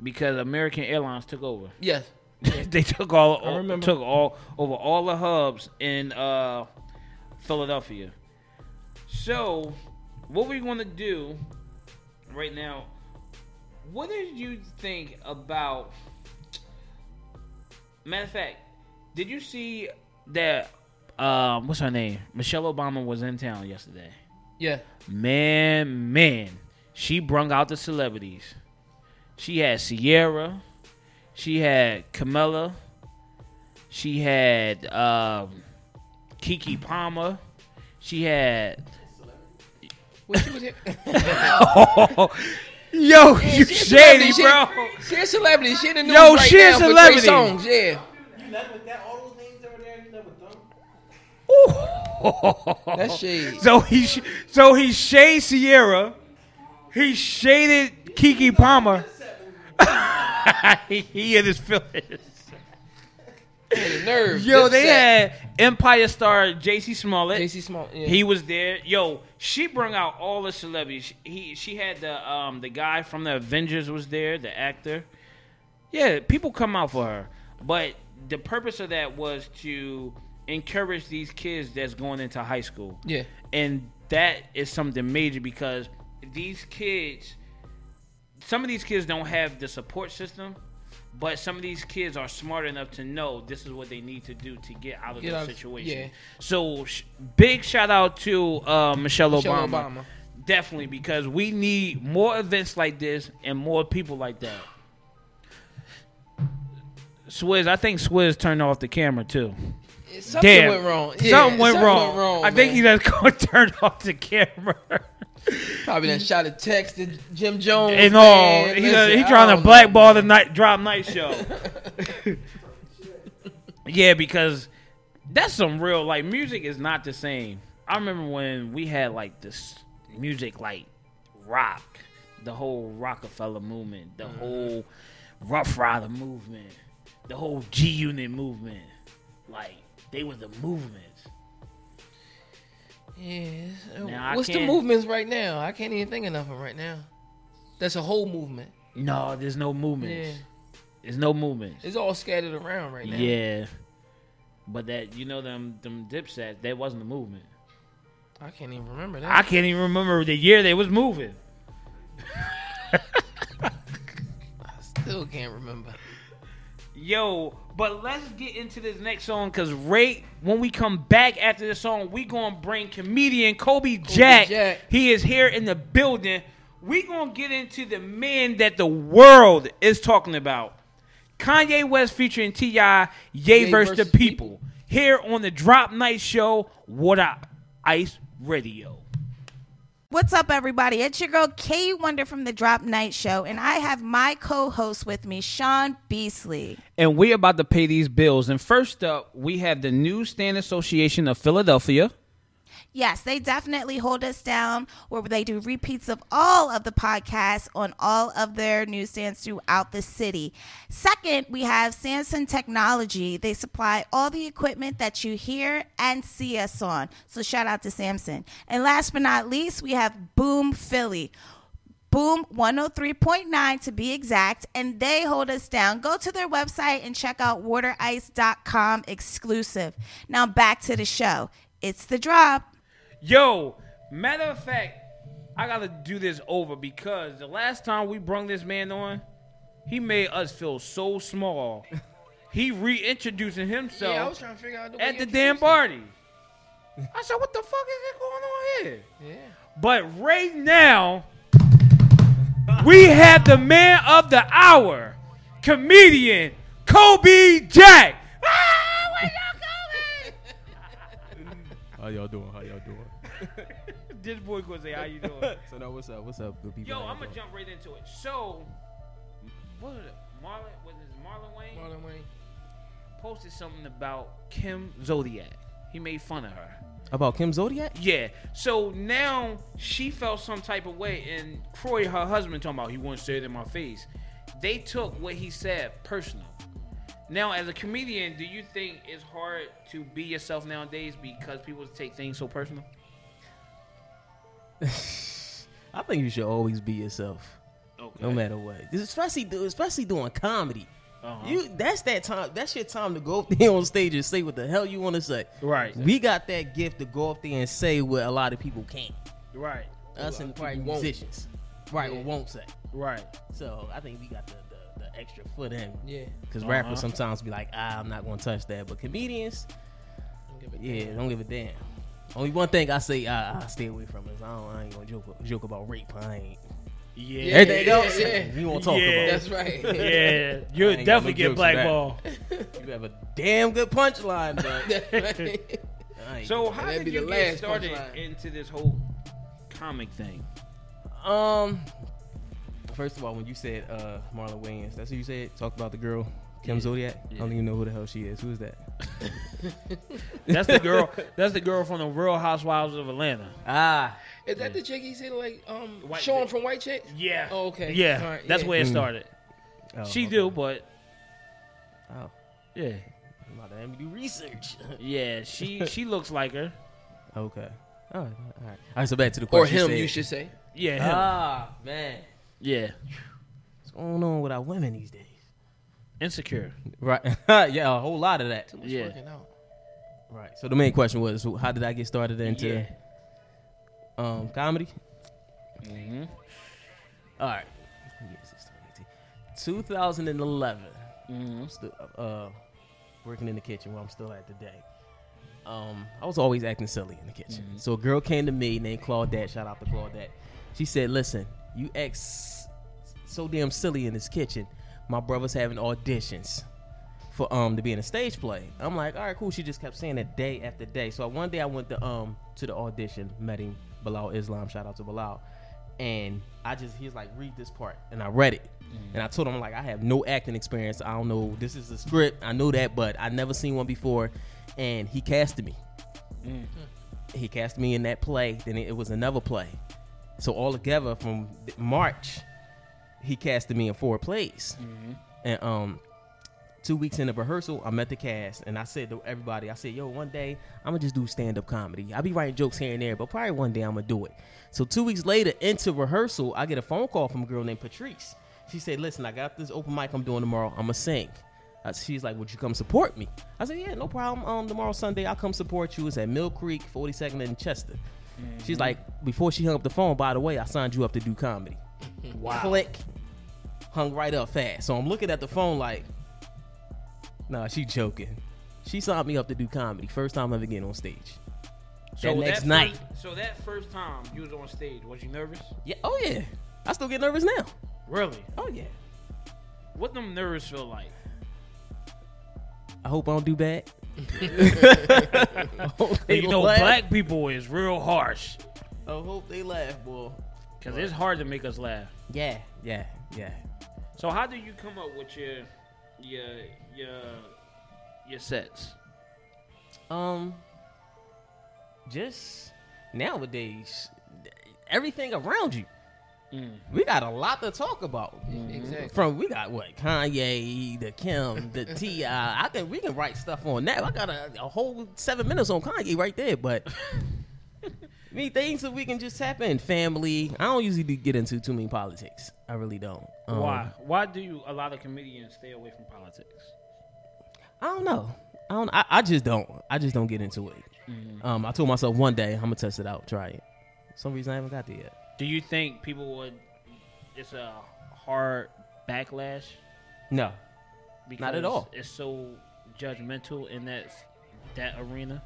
Speaker 4: because American Airlines took over.
Speaker 5: Yes.
Speaker 4: they took all,
Speaker 5: I remember.
Speaker 4: took all over all the hubs in uh, Philadelphia. So, what we want to do right now? What did you think about? Matter of fact, did you see that? Um, what's her name? Michelle Obama was in town yesterday.
Speaker 5: Yeah.
Speaker 4: Man, man, she brung out the celebrities. She had Sierra, she had Camilla, she had um, Kiki Palmer, she had.
Speaker 5: Well, she was here.
Speaker 4: yo, you
Speaker 5: She a
Speaker 4: shady,
Speaker 5: celebrity. She-
Speaker 4: bro.
Speaker 5: She a celebrity. She in the news
Speaker 4: Yo,
Speaker 5: right
Speaker 4: she a
Speaker 5: now for three
Speaker 4: celebrity.
Speaker 5: songs. Yeah.
Speaker 6: You left with that, all those names over there, you left with them?
Speaker 5: That's shade.
Speaker 4: So he, sh- so he shades Sierra, he shaded Kiki Palmer. he in his feelings.
Speaker 5: The nerve.
Speaker 4: Yo,
Speaker 5: Dipset.
Speaker 4: they had Empire star J.C. Smollett.
Speaker 5: JC Small. Yeah.
Speaker 4: He was there. Yo, she brung out all the celebrities. He, she had the um the guy from the Avengers was there, the actor. Yeah, people come out for her, but the purpose of that was to encourage these kids that's going into high school.
Speaker 5: Yeah.
Speaker 4: and that is something major because these kids, some of these kids don't have the support system. But some of these kids are smart enough to know this is what they need to do to get out of
Speaker 5: Get
Speaker 4: the
Speaker 5: out of-
Speaker 4: situation.
Speaker 5: yeah.
Speaker 4: So sh- big shout out to uh, Michelle,
Speaker 5: Michelle
Speaker 4: Obama.
Speaker 5: Obama.
Speaker 4: Definitely because we need more events like this and more people like that. Swizz, I think Swizz turned off the camera too.
Speaker 5: Something
Speaker 4: Damn.
Speaker 5: went wrong. Yeah,
Speaker 4: something went wrong. I think
Speaker 5: man.
Speaker 4: he just gonna turn off the camera
Speaker 5: probably done shot a text to Jim Jones.
Speaker 4: and all.
Speaker 5: man.
Speaker 4: He,
Speaker 5: Listen,
Speaker 4: done- he
Speaker 5: I
Speaker 4: trying
Speaker 5: don't
Speaker 4: to
Speaker 5: know.
Speaker 4: blackball the night drop night show. yeah, because that's some real like music is not the same. I remember when we had like this music like rock, the whole Rockefeller movement, the
Speaker 5: Mm-hmm.
Speaker 4: whole Rough Rider movement, the whole G Unit movement. Like they were the movements.
Speaker 5: Yes.
Speaker 4: Now, I
Speaker 5: What's the
Speaker 4: can't-
Speaker 5: movements right now? I can't even think of nothing right now. That's a whole movement.
Speaker 4: No, there's no movements.
Speaker 5: Yeah.
Speaker 4: There's no movements.
Speaker 5: It's all scattered around right now.
Speaker 4: Yeah. But that you know them them dipset, that wasn't a movement.
Speaker 5: I can't even remember that.
Speaker 4: I can't even remember the year they was moving.
Speaker 5: Still can't remember.
Speaker 4: Yo, but let's get into this next song because right when we come back after this song, we gonna bring comedian Kobe, Jack.
Speaker 5: Jack.
Speaker 4: He is here in the building. we gonna get into the men that the world is talking about. Kanye West featuring T.I. Ye versus the
Speaker 5: versus
Speaker 4: people. Here on the Drop Night Show, What Up Ice Radio.
Speaker 1: What's up, everybody? It's your girl Kay Wonder from the Drop Night Show, and I have my co-host with me, Sean Beasley.
Speaker 4: And we're about to pay these bills. And first up, we have the Newsstand Association of Philadelphia.
Speaker 1: Yes, they definitely hold us down where they do repeats of all of the podcasts on all of their newsstands throughout the city. Second, we have Samson Technology. They supply all the equipment that you hear and see us on. So shout out to Samson. And last but not least, we have Boom Philly. Boom 103.9 to be exact, and they hold us down. Go to their website and check out waterice.com exclusive. Now back to the show. It's the drop.
Speaker 4: Yo, matter of fact, I gotta do this over because the last time we brung this man on, he made us feel so small. he reintroducing himself
Speaker 5: yeah, I was trying to figure out the way
Speaker 4: at the
Speaker 5: you
Speaker 4: damn
Speaker 5: introduced
Speaker 4: party. I said, "What the fuck is going on here?"
Speaker 5: it. Yeah.
Speaker 4: But right now, we have the man of the hour, comedian Kobe Jack. Ah, where y'all
Speaker 7: How y'all doing? How y'all doing?
Speaker 4: going? this boy gonna say, "How you doing?"
Speaker 7: So now what's up? What's up, good people?
Speaker 4: Yo,
Speaker 7: How y'all
Speaker 4: I'm gonna
Speaker 7: doing?
Speaker 4: jump right into it. So, what was it? Marlon was it Marlon Wayne
Speaker 5: Marlon Wayne.
Speaker 4: posted something about Kim Zodiac. He made fun of her.
Speaker 7: About Kim Zodiac?
Speaker 4: Yeah. So now she felt some type of way, and Croy, her husband, talking about he wouldn't say it in my face. They took what he said personal. Now, as a comedian, do you think it's hard to be yourself nowadays because people take things so personal?
Speaker 7: I think you should always be yourself,
Speaker 4: Okay.
Speaker 7: no matter what. Especially, do- especially doing comedy.
Speaker 4: Uh-huh.
Speaker 7: You that's that time. That's your time to go up there on stage and say what the hell you want to say.
Speaker 4: Right.
Speaker 7: We got that gift to go up there and say what a lot of people can't.
Speaker 4: Right.
Speaker 7: Us and
Speaker 5: Right,
Speaker 7: people
Speaker 5: won't.
Speaker 7: musicians, right? Or won't say.
Speaker 4: Right.
Speaker 7: So I think we got the, the, the extra foot in.
Speaker 5: Yeah.
Speaker 7: Because
Speaker 4: Uh-huh.
Speaker 7: rappers sometimes be like, ah, I'm not gonna touch that. But comedians,
Speaker 5: Don't give a
Speaker 7: Yeah,
Speaker 5: damn.
Speaker 7: don't give a damn. Only one thing I say I, I stay away from is I, don't, I ain't gonna joke joke about rape. I ain't.
Speaker 4: Yeah.
Speaker 7: Everything
Speaker 5: yeah,
Speaker 7: else,
Speaker 5: yeah.
Speaker 7: you won't talk
Speaker 4: Yeah.
Speaker 7: about.
Speaker 5: That's right.
Speaker 4: Yeah,
Speaker 7: I
Speaker 4: you'll
Speaker 7: ain't got
Speaker 4: definitely
Speaker 7: no
Speaker 4: get
Speaker 7: jokes for that.
Speaker 4: blackballed.
Speaker 7: You have a damn good punchline, but
Speaker 5: That's right.
Speaker 7: I ain't
Speaker 4: So
Speaker 7: gonna-
Speaker 4: how
Speaker 5: that'd
Speaker 4: did
Speaker 5: be
Speaker 4: you
Speaker 5: the
Speaker 4: get
Speaker 5: last
Speaker 4: started
Speaker 5: punchline.
Speaker 4: into this whole comic thing?
Speaker 7: um, first of all, when you said uh, Marlon Wayans, that's who you said. Talk about the girl Kim Zodiac. I don't even know who the hell she is. Who is that?
Speaker 4: That's the girl. that's the girl from the Real Housewives of Atlanta.
Speaker 7: Ah,
Speaker 5: Is that the chick he said like um
Speaker 4: White
Speaker 5: Sean
Speaker 4: chick.
Speaker 5: from White Chicks?
Speaker 4: Yeah.
Speaker 5: Oh, okay.
Speaker 4: Yeah.
Speaker 5: All right,
Speaker 4: that's
Speaker 5: yeah.
Speaker 4: where it
Speaker 7: Mm.
Speaker 4: started.
Speaker 7: Oh,
Speaker 4: she
Speaker 7: okay.
Speaker 4: do, but
Speaker 7: Oh,
Speaker 4: yeah,
Speaker 7: I'm about to have me do research.
Speaker 4: yeah. She she looks like her.
Speaker 7: okay. All right, all right. All right. So back to the
Speaker 5: Or
Speaker 7: question.
Speaker 5: him,
Speaker 7: said.
Speaker 5: you should say.
Speaker 4: Yeah. him.
Speaker 7: Ah, man,
Speaker 4: yeah.
Speaker 7: what's going on with our women these days?
Speaker 4: Insecure.
Speaker 7: Right. yeah, a whole lot of that.
Speaker 5: Too much
Speaker 4: Yeah.
Speaker 5: working out.
Speaker 7: Right. So the main question was, wh- how did I get started into
Speaker 4: Yeah.
Speaker 7: um, comedy?
Speaker 4: hmm
Speaker 7: All right. Yes, it's 2018. 2011. I'm still uh, working in the kitchen where I'm still at today. Um, I was always acting silly in the kitchen. So a girl came to me named Claudette. Shout out to Claudette. She said, "Listen, you act s- so damn silly in this kitchen. My brother's having auditions." for um to be in a stage play. I'm like, all right, cool. She just kept saying that day after day. So one day I went to um to the audition, met him, Bilal Islam. Shout out to Bilal. And I just he was like, read this part, and I read it, and I told him like, I have no acting experience. I don't know. This is the script. I know that, but I never seen one before. And he casted me. He cast me in that play. Then it was another play. So altogether from th- March, he casted me in four plays. And um, two weeks into rehearsal, I met the cast and I said to everybody, I said, yo, one day I'm gonna just do stand up comedy. I'll be writing jokes here and there, but probably one day I'm gonna do it. So two weeks later, into rehearsal, I get a phone call from a girl named Patrice. She said, listen, I got this open mic I'm doing tomorrow. I'm gonna sing. Uh, She's like, "Would you come support me?" I said, "Yeah, no problem. Um, tomorrow Sunday, I'll come support you. It's at Mill Creek, 42nd and Chester." She's like, "Before she hung up the phone, by the way, I signed you up to do comedy." Wow. Click, hung right up fast. So I'm looking at the phone like, Nah, she joking. She signed me up to do comedy. First time ever getting on stage. next
Speaker 4: first-
Speaker 7: night.
Speaker 4: So that first time you was on stage, was you nervous?
Speaker 7: Yeah. Oh yeah. I still get nervous now.
Speaker 4: Really?
Speaker 7: Oh yeah.
Speaker 4: What them nerves feel like?
Speaker 7: I hope I don't do bad. I hope they
Speaker 4: And you know,
Speaker 7: laugh.
Speaker 4: black people is real harsh
Speaker 7: I hope they laugh, boy.
Speaker 4: because it's hard to make us laugh.
Speaker 7: Yeah, yeah, yeah.
Speaker 4: So how do you come up with your your your your sets?
Speaker 7: Um, just nowadays, everything around you. We got a lot to talk about.
Speaker 5: Exactly.
Speaker 7: From we got what Kanye, the Kim, the Ti. I think we can write stuff on that. I got a, a whole seven minutes on Kanye right there. But I mean, things that we can just tap in. Family. I don't usually do- get into too many politics. I really don't. Um,
Speaker 4: Why why do you, a lot of comedians stay away from politics?
Speaker 7: I don't know. I don't. I, I just don't. I just don't get into it. Um, I told myself one day I'm gonna test it out, try it. some reason I haven't got there yet.
Speaker 4: Do you think people would? It's a hard backlash.
Speaker 7: No,
Speaker 4: Because
Speaker 7: at all.
Speaker 4: It's so judgmental in that that arena.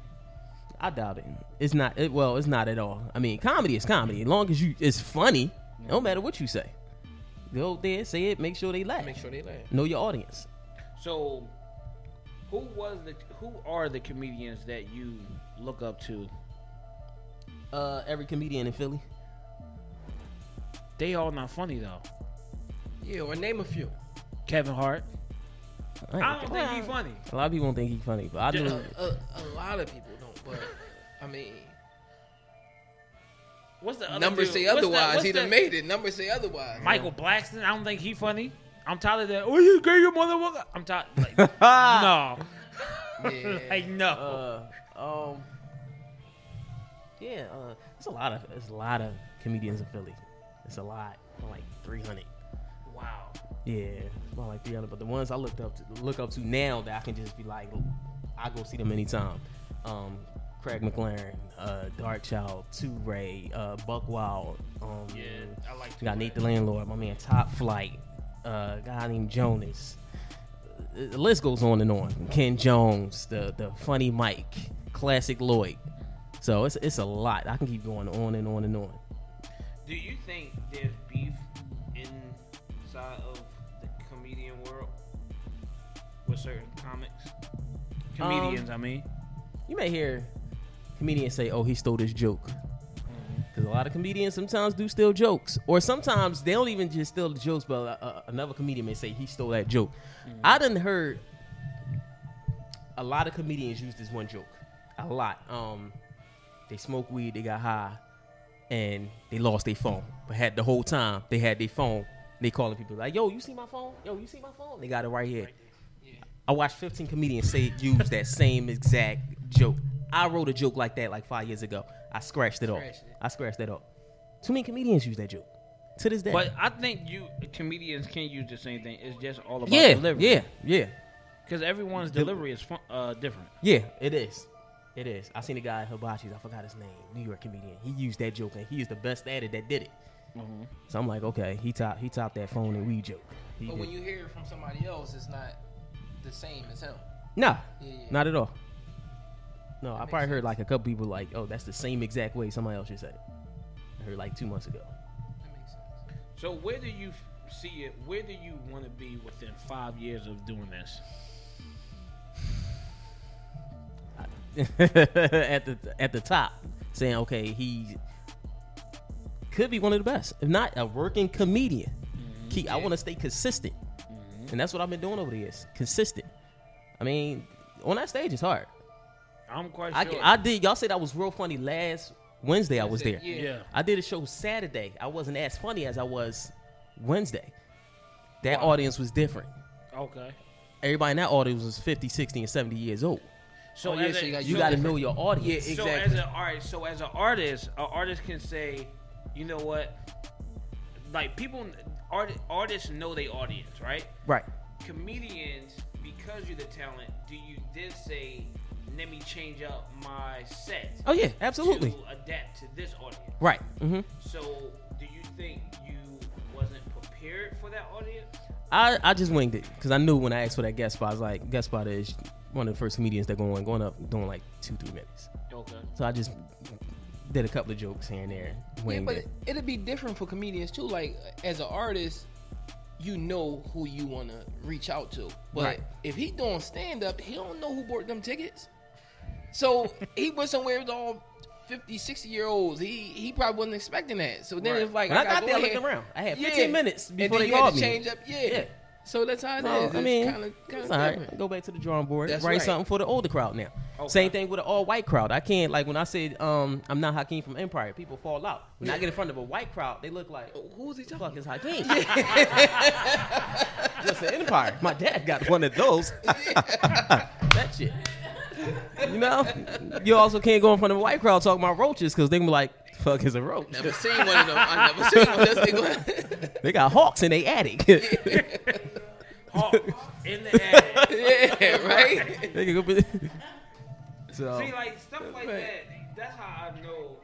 Speaker 7: I doubt it. It's not. It, well, it's not at all. I mean, comedy is comedy. As long as you, it's funny. No matter what you say, go there, say it. Make sure they laugh.
Speaker 5: Make sure they laugh.
Speaker 7: Know your audience.
Speaker 4: So, who was the who are the comedians that you look up to?
Speaker 7: Uh, every comedian in Philly.
Speaker 4: They all not funny though.
Speaker 5: Yeah, or name a few.
Speaker 4: Kevin Hart.
Speaker 7: I ain't
Speaker 4: I don't
Speaker 7: gonna-
Speaker 4: think he's funny.
Speaker 7: a lot of people don't think he's funny, but I
Speaker 5: A,
Speaker 7: do.
Speaker 5: a, a lot of people don't, but I mean,
Speaker 4: What's the other
Speaker 5: numbers
Speaker 4: dude?
Speaker 5: say
Speaker 4: What's that-
Speaker 5: otherwise.
Speaker 4: what's
Speaker 5: he
Speaker 4: that-
Speaker 5: done made it. Numbers say otherwise.
Speaker 4: Michael Blackson. I don't think he funny. I'm tired of that. Oh, you gay, you motherfucker. I'm tired. Like, no,
Speaker 5: Yeah.
Speaker 4: like no.
Speaker 7: Uh, um, yeah, uh, it's a lot of it's a lot of comedians in Philly. It's a lot, about like three hundred.
Speaker 4: wow.
Speaker 7: Yeah, it's about like three hundred. But the ones I looked up to, look up to now that I can just be like, I go see them anytime. Um, Craig McLaren, uh, Dark Child, Two Ray, uh, Buck Wild. Um,
Speaker 4: Yeah, I like.
Speaker 7: got Nate the Landlord, my man, Top Flight, uh, guy named Jonas. The list goes on and on. Ken Jones, the the funny Mike, classic Lloyd. So it's it's a lot. I can keep going on and on and on.
Speaker 4: Do you think there's beef inside of the comedian world with certain comics? Comedians, I mean.
Speaker 7: You may hear comedians say, "Oh, he stole this joke," because a lot of comedians sometimes do steal jokes, or sometimes they don't even just steal the jokes, but uh, uh, another comedian may say he stole that joke. I done heard a lot of comedians use this one joke, a lot. Um, they smoke weed, they got high, and they lost their phone, but had the whole time they had their phone. They calling people like, "Yo, you see my phone? Yo, you see my phone?" They got it right here. I watched 15 comedians say use that same exact joke. I wrote a joke like that like five years ago. I scratched it off.
Speaker 5: Scratched it.
Speaker 7: I scratched that off. Too many comedians use that joke to this day.
Speaker 4: But I think you comedians can use the same thing. It's just all about
Speaker 7: yeah,
Speaker 4: delivery.
Speaker 7: yeah, yeah,
Speaker 4: Because everyone's delivery is fun, uh, different.
Speaker 7: yeah. It is. It is. I seen a guy at Hibachi's. I forgot his name. New York comedian. He used that joke and he is the best at it that did it.
Speaker 5: Mm-hmm.
Speaker 7: So I'm like, okay, he topped he topped that phone and weed joke. He
Speaker 5: But
Speaker 7: did.
Speaker 5: when you hear it from somebody else, it's not the same as him.
Speaker 7: Nah,
Speaker 5: Yeah, yeah.
Speaker 7: not at all. No, I
Speaker 5: makes
Speaker 7: probably heard like a couple people like, oh, that's the same exact way somebody else just said it. I heard like two months ago.
Speaker 5: That makes sense.
Speaker 4: So where do you f- see it? Where do you want to be within five years of doing this?
Speaker 7: at the at the top, saying, okay, he could be one of the best, if not a working comedian.
Speaker 5: Mm-hmm.
Speaker 7: Keep, I want to stay consistent, and that's what I've been doing over the years. Consistent. I mean, on that stage, it's hard.
Speaker 4: I'm quite
Speaker 7: I,
Speaker 4: sure.
Speaker 7: I did. Y'all said I was real funny last Wednesday. I was there.
Speaker 5: Yeah.
Speaker 4: yeah.
Speaker 7: I did a show Saturday. I wasn't as funny as I was Wednesday. That audience was different.
Speaker 4: Okay.
Speaker 7: Everybody in that audience was 50, 60, and 70 years old.
Speaker 4: So
Speaker 5: Oh, yeah,
Speaker 4: as
Speaker 5: so
Speaker 4: a-
Speaker 5: you got-
Speaker 7: You got to know your audience.
Speaker 5: Yeah,
Speaker 4: So as
Speaker 5: Exactly.
Speaker 4: an artist, so as an artist, an artist can say, you know what, like people, art, artists know their audience, right?
Speaker 7: Right.
Speaker 4: Comedians, because you're the talent, do you then say, let me change up my set?
Speaker 7: Oh, yeah, absolutely.
Speaker 4: To adapt to this audience.
Speaker 7: Right. hmm
Speaker 4: So do you think you wasn't prepared for that audience?
Speaker 7: I, I just winged it because I knew when I asked for that guest spot, I was like, guest spot is one of the first comedians that going going up doing like two, three minutes.
Speaker 4: Okay.
Speaker 7: So I just did a couple of jokes here and there.
Speaker 5: Yeah,
Speaker 7: Wayne
Speaker 5: but
Speaker 7: did.
Speaker 5: it, it'll be different for comedians too. Like as an artist, you know who you want to reach out to. But
Speaker 7: Right.
Speaker 5: if he doing stand up, he don't know who bought them tickets. So he went somewhere with all 50, 60 year olds. He he probably wasn't expecting that. So then
Speaker 4: Right.
Speaker 5: it's like
Speaker 7: When I
Speaker 5: gotta
Speaker 7: got
Speaker 5: go
Speaker 7: there, I
Speaker 5: in
Speaker 7: looked
Speaker 5: here.
Speaker 7: around. I had 15 minutes
Speaker 5: And
Speaker 7: before
Speaker 5: then
Speaker 7: they
Speaker 5: you had
Speaker 7: called
Speaker 5: to
Speaker 7: me.
Speaker 5: change up. Yeah.
Speaker 7: Yeah.
Speaker 5: So that's how it is.
Speaker 7: No, Oh, I
Speaker 5: It's
Speaker 7: mean,
Speaker 5: kinda, kinda
Speaker 7: it's all right.
Speaker 5: different.
Speaker 7: Go back to the drawing board.
Speaker 5: That's
Speaker 7: write
Speaker 5: right.
Speaker 7: something for the older crowd now.
Speaker 4: Okay.
Speaker 7: Same thing with an all white crowd. I can't like when I said um, I'm not Hakeem from Empire. People fall out. When I get in front of a white crowd, they look like
Speaker 5: Who's he
Speaker 7: the
Speaker 5: talking?
Speaker 7: fuck is Hakeem? Just an Empire. My dad got one of those. that shit. You know, you also can't go in front of a white crowd talking about roaches because they gonna be like, "Fuck is a roach."
Speaker 5: Never seen one of them. I never seen one. That's the
Speaker 7: They got hawks in their attic.
Speaker 4: Hawk in the attic.
Speaker 5: yeah, right.
Speaker 7: They could go be- so
Speaker 4: See, like stuff like
Speaker 5: Right.
Speaker 4: that. That's how I know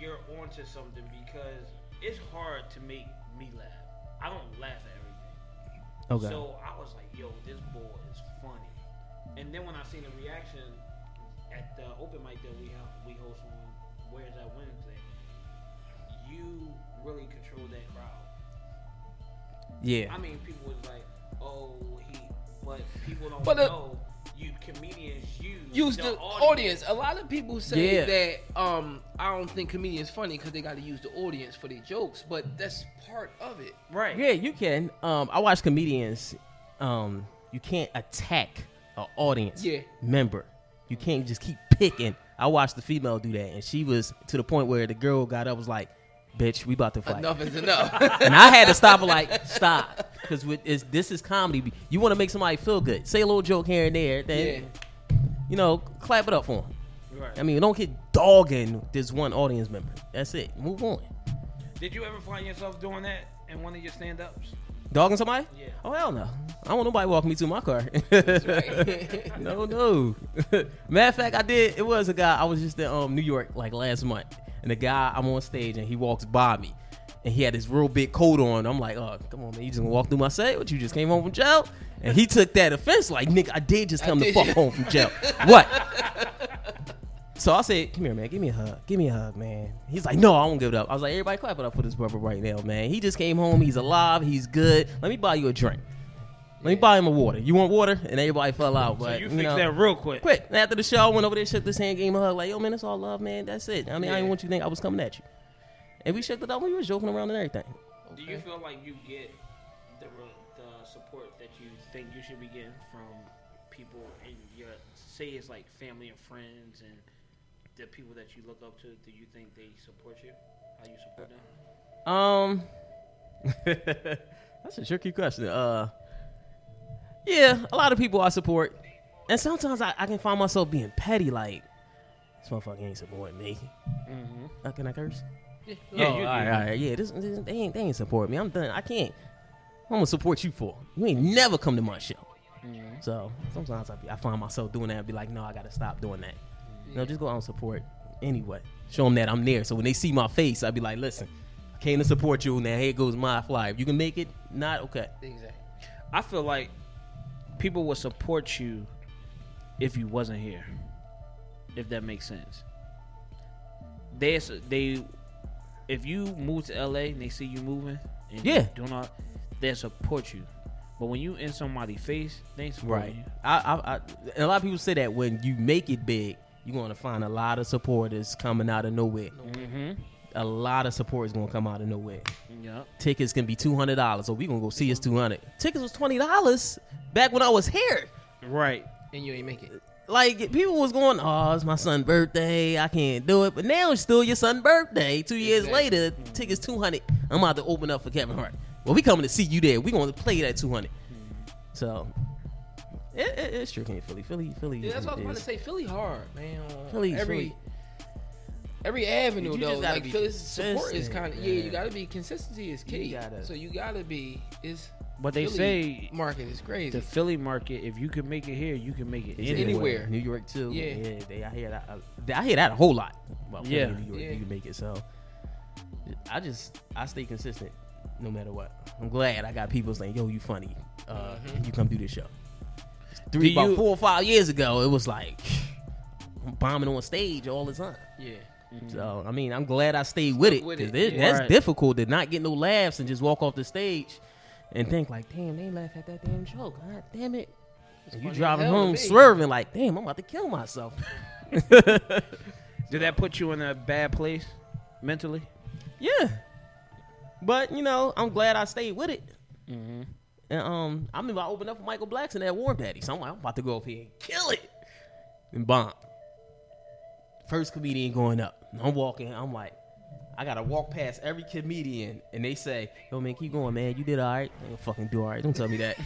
Speaker 4: you're onto something because it's hard to make me laugh. I don't laugh at everything.
Speaker 7: okay,
Speaker 4: So I was like, "Yo, this boy is funny." And then when I seen the reaction at the open mic that we have, we host on Where's That Wednesday, you really control that crowd.
Speaker 7: yeah,
Speaker 4: I mean, people was like, "Oh, he," but people don't
Speaker 5: But the-
Speaker 4: know. You comedians use
Speaker 5: use the, audience. A lot of people say
Speaker 7: Yeah.
Speaker 5: that um, I don't think comedians funny because they got to use the audience for their jokes, but that's part of it.
Speaker 4: right?
Speaker 7: yeah, you can. Um, I watch comedians. Um, you can't attack an audience
Speaker 5: Yeah.
Speaker 7: member. You can't just keep picking. I watched the female do that, and she was to the point where the girl got up was like, "Bitch, we about to fight."
Speaker 5: Enough is enough.
Speaker 7: and I had to stop and like stop because this is comedy. You want to make somebody feel good. Say a little joke here and there,
Speaker 5: yeah.
Speaker 7: then you know, clap it up for them.
Speaker 4: Right.
Speaker 7: I mean, don't get dogging this one audience member. That's it. Move on.
Speaker 4: Did you ever find yourself doing that in one of your stand-ups?
Speaker 7: Dogging somebody?
Speaker 4: Yeah.
Speaker 7: Oh hell no! I don't want nobody walking me to my car. no, no. Matter of fact, I did. It was a guy. I was just in um, New York like last month, and the guy I'm on stage, and he walks by me, and he had his real big coat on. I'm like, oh come on, man, you just gonna walk through my set? What you just came home from jail? And he took that offense like, nigga, I did just come the
Speaker 5: did.
Speaker 7: fuck home from jail. What? So I said, "Come here, man. Give me a hug. Give me a hug, man." He's like, "No, I won't give it up." I was like, "Everybody, clap it up for this brother right now, man. He just came home. He's alive. He's good. Let me buy you a drink. Let me buy him a water. You want water?" And everybody fell out. But
Speaker 4: so
Speaker 7: you,
Speaker 4: you fix
Speaker 7: know,
Speaker 4: that real quick.
Speaker 7: quick. And after the show, I went over there, shook this hand, gave him a hug. Like, "Yo, man, it's all love, man. That's it. I mean, I didn't want you to think I was coming at you." And we shook it up. We was joking around and everything.
Speaker 4: Do you feel like you get the, re- the support that you think you should be getting from people in your say it's like family and friends and the people that you look up to? Do you think they support you? How you support them?
Speaker 7: Um, that's a tricky question. Uh, yeah, a lot of people I support, and sometimes I, I can find myself being petty, like this motherfucker ain't supporting me. Uh, can I curse?
Speaker 4: Yeah,
Speaker 7: Oh,
Speaker 4: you-
Speaker 7: all right, all right, yeah. This, this- they ain't they ain't supporting me. I'm done. I can't. I'm gonna support you for. You ain't never come to my show. So sometimes I, be, I find myself doing that. and be like, no, I gotta stop doing that. No, just go out and support anyway. Show them that I'm there. So when they see my face, I'll be like, listen, I came to support you. Now here goes my fly. If you can make it, not okay.
Speaker 5: Exactly.
Speaker 4: I feel like people would support you if you wasn't here. If that makes sense. They they if you move to LA and they see you moving and
Speaker 7: Yeah.
Speaker 4: do not they support you. But when you in somebody's face, they ain't supporting
Speaker 7: Right.
Speaker 4: you.
Speaker 7: I, I, I and a lot of people say that when you make it big, you're gonna find a lot of supporters coming out of nowhere. A lot of support is gonna come out of nowhere.
Speaker 4: Yeah.
Speaker 7: tickets can be two hundred dollars, or we gonna go see us two hundred. Tickets was twenty dollars back when I was here.
Speaker 4: Right.
Speaker 5: And you ain't make it.
Speaker 7: Like people was going, oh, it's my son's birthday, I can't do it. But now it's still your son's birthday. Two years
Speaker 5: Exactly.
Speaker 7: later, tickets two hundred. I'm about to open up for Kevin Hart. Well, we coming to see you there. We gonna play that two hundred. So it, it, it's tricky in Philly. Philly, Philly.
Speaker 5: Yeah, that's what I was about
Speaker 7: is-
Speaker 5: to say. Philly hard, man. on
Speaker 7: Philly,
Speaker 5: every
Speaker 7: Philly.
Speaker 5: every avenue
Speaker 7: You just
Speaker 5: though.
Speaker 7: gotta
Speaker 5: Like
Speaker 7: be
Speaker 5: Philly's support is
Speaker 7: consistent,
Speaker 5: kind of yeah. You
Speaker 7: man.
Speaker 5: gotta be consistency is key.
Speaker 7: gotta-
Speaker 5: so you gotta be. It's
Speaker 4: But they
Speaker 5: Philly
Speaker 4: say
Speaker 5: market is crazy.
Speaker 4: the Philly market, if you can make it here, you can make it
Speaker 7: It's
Speaker 4: anywhere.
Speaker 5: anywhere.
Speaker 7: New York too.
Speaker 5: Yeah.
Speaker 7: they, I hear that. I, I hear that a whole lot. About Philly
Speaker 4: Yeah.
Speaker 7: and New York,
Speaker 5: Yeah.
Speaker 7: you can make it. So, I just I stay consistent, no matter what. I'm glad I got people saying, "Yo, you funny. Uh,
Speaker 5: Mm-hmm.
Speaker 7: You come do this show." Three
Speaker 4: Do
Speaker 7: about
Speaker 4: you-
Speaker 7: four or five years ago, it was like I'm bombing on stage all the time.
Speaker 5: yeah.
Speaker 7: So I mean, I'm glad I stayed with it.
Speaker 5: Mm-hmm. with
Speaker 7: 'cause
Speaker 5: it,
Speaker 7: that-
Speaker 5: yeah.
Speaker 7: That's
Speaker 4: Right.
Speaker 7: difficult to not get no laughs and just walk off the stage and think like, damn, they laugh at that damn joke. God damn it. And you
Speaker 5: funny as
Speaker 7: driving
Speaker 5: hell to
Speaker 7: home
Speaker 5: me.
Speaker 7: swerving like, damn, I'm about to kill myself.
Speaker 4: Did that put you in a bad place mentally?
Speaker 7: Yeah. But you know, I'm glad I stayed with it.
Speaker 4: Mm-hmm.
Speaker 7: And um, I remember I opened up for Michael Blackson at War Daddy, so I'm like, I'm about to go up here and kill it and bomb. First comedian going up. And I'm walking. I'm like, I gotta walk past every comedian, and they say, "Yo, man, keep going, man. You did all right. I ain't fucking do all right. Don't tell me that."